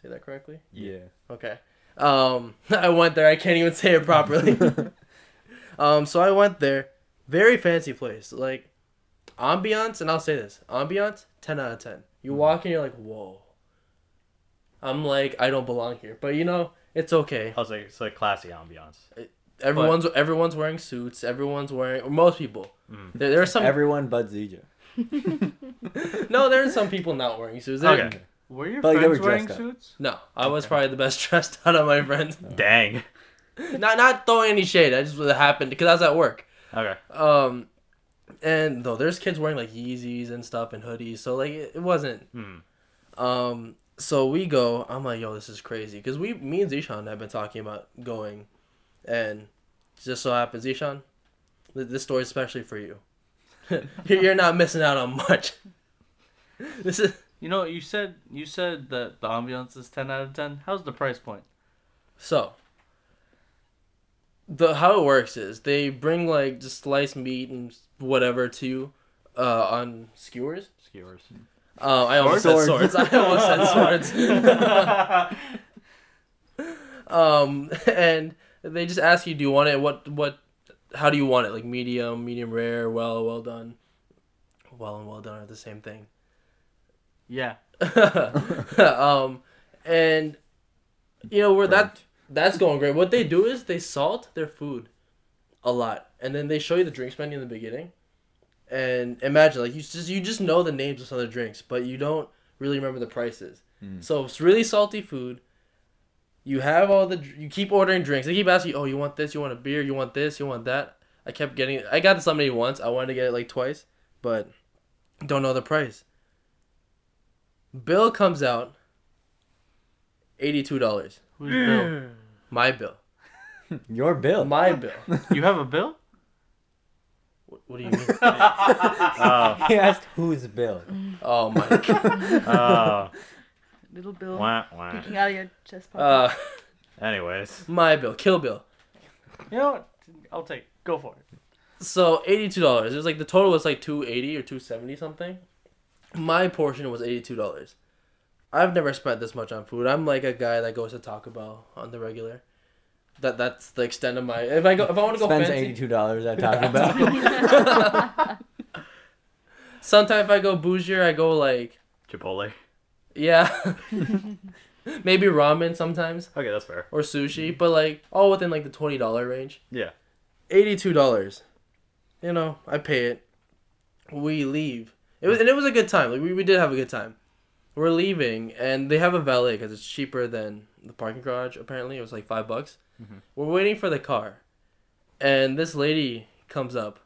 C: Say that correctly?
B: yeah.
C: Okay. Um, [LAUGHS] I went there. I can't even say
B: [LAUGHS]
C: it properly. um, so I went there. Very fancy place. Like, ambiance, and I'll say this ambiance, 10 out of 10. You walk in, you're like, whoa. I'm like, I don't belong here. But you know, it's okay.
A: I was like it's like classy ambiance.
C: Everyone's everyone's wearing suits. Everyone's wearing or most people. There, there are some
B: Everyone but Zija.
C: no. There are some people not wearing suits. There-
A: Okay.
E: Were your
B: But they
E: friends
B: were
E: wearing
B: dressed up.
E: suits?
C: No, I was probably the best [LAUGHS] dressed out of my friends.
A: Dang.
C: not not throwing any shade. I just it happened because I was at work.
A: [LAUGHS] Okay.
C: Um, and though there's kids wearing like Yeezys and stuff and hoodies, so like it, it wasn't.
A: Hmm.
C: Um, so we go. I'm like, yo, this is crazy because we, me and Zishan have been talking about going, and it just so happens, Zishan, th- this story is especially for you. [LAUGHS] You're you're not missing out on much. [LAUGHS] This is
E: You know, you said you said that the ambiance is ten out of ten. How's the price point?
C: so. The how it works is they bring like just sliced meat and whatever to you, uh, on skewers.
A: Skewers.
C: Oh, I almost
B: Swords.
C: said swords. I
A: [LAUGHS]
C: almost said swords. [LAUGHS] um, and they just ask you, do you want it? What what? How do you want it? Like medium, medium rare, well, well done. Well and well done are the same thing. [LAUGHS]
E: Yeah.
C: um, and you know where that that's going great. What they do is they salt their food a lot, and then they show you the drinks menu in the beginning. And imagine like you just you just know the names of some of the drinks, but you don't really remember the prices. So it's really salty food. You have all the dr- you keep ordering drinks. They keep asking you, "Oh, you want this? You want a beer? You want this? You want that?" I kept getting. I got somebody once. I wanted to get it like twice, but don't know the price. Bill comes out eighty-two dollars.
E: Who's bill?
C: My bill.
B: Your bill.
C: My bill.
E: You have a bill?
C: What, what do you mean? [LAUGHS]
A: Oh,
B: he asked whose bill.
C: Oh my god.
A: oh,
D: Little Bill
A: wah, wah.
D: peeking out of your chest pocket.
C: Uh,
A: Anyways,
C: my bill. Kill bill.
E: You know what? I'll take. It. Go for it.
C: So eighty-two dollars. It was like the total was like two eighty or two seventy something. My portion was eighty-two dollars. I've never spent this much on food. I'm like a guy that goes to Taco Bell on the regular. That that's the extent of my. If I go, if I want to go
B: Spends
C: fancy,
B: eighty-two dollars at Taco Bell.
C: Uh, [LAUGHS] sometimes if I go bougier, I go like
A: Chipotle.
C: yeah, [LAUGHS] maybe ramen sometimes
A: Okay, that's fair.
C: or sushi, but like all within like the twenty dollar range.
A: Yeah.
C: eighty-two dollars. You know, I pay it. We leave. It was and it was a good time. Like we, we did have a good time. We're leaving, and they have a valet because it's cheaper than the parking garage. Apparently, it was like five bucks. We're waiting for the car, and this lady comes up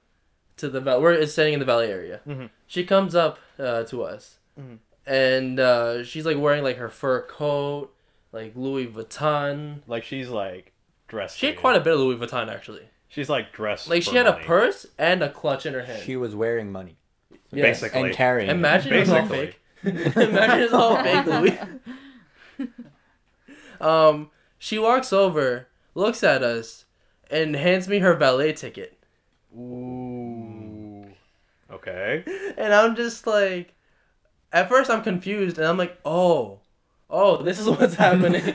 C: to the valet. We're standing in the valet area.
A: Mhm.
C: She comes up uh, to us,
A: Mhm.
C: and uh, she's like wearing like her fur coat, like Louis Vuitton.
A: Like she's like dressed.
C: She had
A: for you.
C: quite a bit of Louis Vuitton actually.
A: She's like dressed.
C: Like she
A: for
C: had
A: money,
C: a purse and a clutch in her hand.
B: [LAUGHS] she was wearing money
C: Yes.
A: Basically.
B: and carrying. it. [LAUGHS]
C: Imagine it's all
A: Basically.
C: fake. Imagine it's all fake, Louis.
A: [LAUGHS]
C: um, she walks over, looks at us, and hands me her valet ticket.
A: Ooh. Okay.
C: And I'm just like, at first I'm confused, and I'm like, oh, oh, this is [LAUGHS]
A: [LAUGHS]
B: [LAUGHS]
C: what's happening.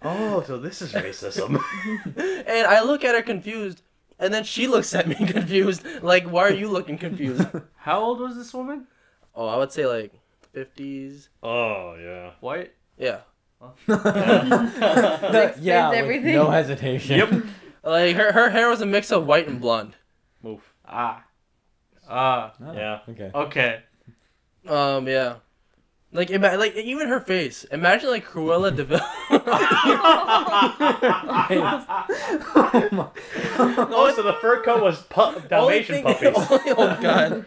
A: Oh, so this is racism. [LAUGHS]
C: and I look at her confused, and then she looks at me [LAUGHS] confused, like, why are you looking
A: [LAUGHS]
C: confused?
E: How old was this woman?
C: oh, I would say like 50s.
A: oh yeah.
E: White.
C: Yeah.
D: explains
B: yeah, with
D: everything.
B: no hesitation.
A: Yep.
C: Like her, her hair was a mix of white and blonde.
A: Move.
E: Ah. Ah.
B: Oh,
C: [LAUGHS]
A: Yeah.
B: [LAUGHS] Okay. [LAUGHS]
E: Okay.
C: Um, yeah. Like, ima- like even her face. Imagine like Cruella Deville. [LAUGHS]
B: Oh my-
A: Oh, so the fur coat was pu- Dalmatian
C: [LAUGHS]
A: puppies.
C: Only, oh god.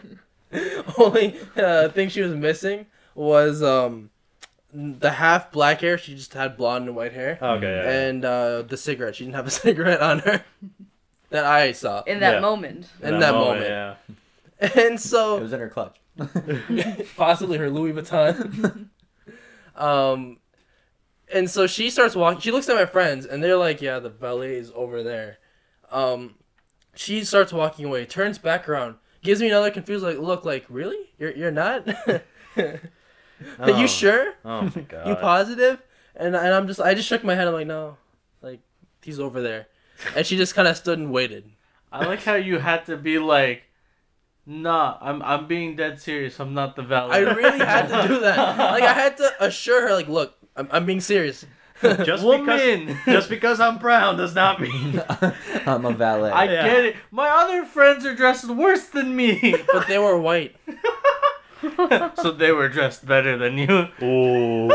C: only uh, thing she was missing was um the half black hair. She just had blonde and white hair,
A: Okay. Yeah.
C: and uh, the cigarette. She didn't have a [LAUGHS] cigarette on her that I saw.
D: [LAUGHS] in that
A: yeah.
D: moment.
C: in that moment.
A: Yeah.
C: [LAUGHS] And
B: it
C: so
B: was in her clutch. [LAUGHS]
C: [LAUGHS] possibly her Louis Vuitton. [LAUGHS] um, and so she starts walking. She looks at my friends, and they're like, "Yeah, the valet is over there." Um, she starts walking away, turns back around, gives me another confused like look, like, "Really? You're you're not? [LAUGHS] Are
A: Oh.
C: you sure?
A: Oh my
C: [LAUGHS] You
A: god.
C: positive?" And and I'm just I just shook my head. I'm like, "No, like he's over there," and she just kind of stood and waited.
E: I like how you had to be like, nah, I'm I'm being dead serious. I'm not the valet.
C: I really had to do
E: [LAUGHS]
C: that. Like I had to assure her, like, "Look, I'm I'm being serious."
A: just because
E: Woman.
A: [LAUGHS] just because I'm brown does not
C: [LAUGHS]
A: mean.
B: I'm a valet.
E: I
A: Yeah.
E: get it. My other friends are dressed worse than me.
C: But they were white.
E: so they were dressed better than you.
A: Ooh.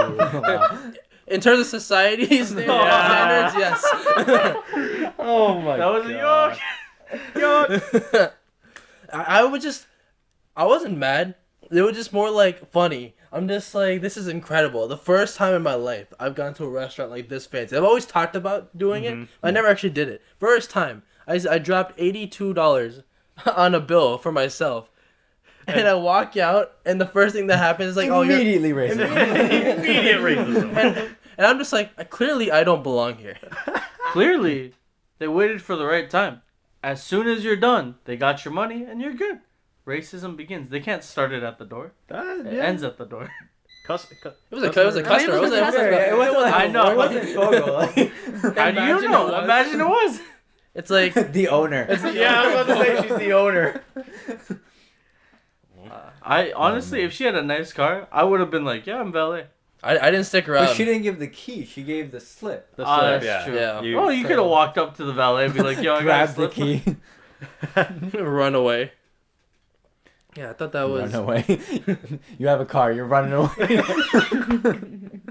C: In terms of [LAUGHS] society's
A: Yeah.
C: standards, yes.
A: Oh my.
E: That was a
A: God.
E: yoke. yoke.
C: [LAUGHS] I, I would just, I wasn't mad. It was just more like funny. I'm just like, this is incredible. The first time in my life I've gone to a restaurant like this fancy. I've always talked about doing it. but I never actually did it. First time, I, s- I dropped $82 [LAUGHS] on a bill for myself. And I walk out, and the first thing that happens is like, oh, you're.
A: [LAUGHS]
B: Immediately
A: [LAUGHS]
B: racist. [LAUGHS]
A: Immediate racism.
C: And, and I'm just like, clearly I don't belong here.
E: Clearly, they waited for the right time. As soon as you're done, they got your money and you're good. Racism begins. They can't start it at the door.
A: That-
E: It
A: yeah.
E: ends at the door.
A: Cus- cu-
C: It was a, cu- it was a
D: I mean,
C: customer.
D: it was a
C: it wasn't-
D: customer.
C: it wasn't-
E: I know.
B: It wasn't Fogel. [LAUGHS]
E: How do you
C: [LAUGHS] Imagine
E: know?
C: it was.
E: Imagine
C: [LAUGHS]
E: it was.
C: It's like
B: like, [LAUGHS] the owner.
A: yeah, I was about to say she's the owner.
E: I honestly, if she had a nice car, I would have been like, yeah, I'm valet.
C: I, I didn't stick around.
B: But she didn't give the key. She gave Um, the slip.
A: The
E: Ah,
A: slip,
E: that's
A: yeah.
E: true.
C: Yeah.
A: You-
E: Oh, you could have walked up to the valet and be like, yo, I got a
B: Grabbed the
E: slip. [LAUGHS]
B: key.
A: [LAUGHS]
C: run away. Yeah, I thought that
B: [LAUGHS]
C: was.
B: Run away. you have a car. You're running away.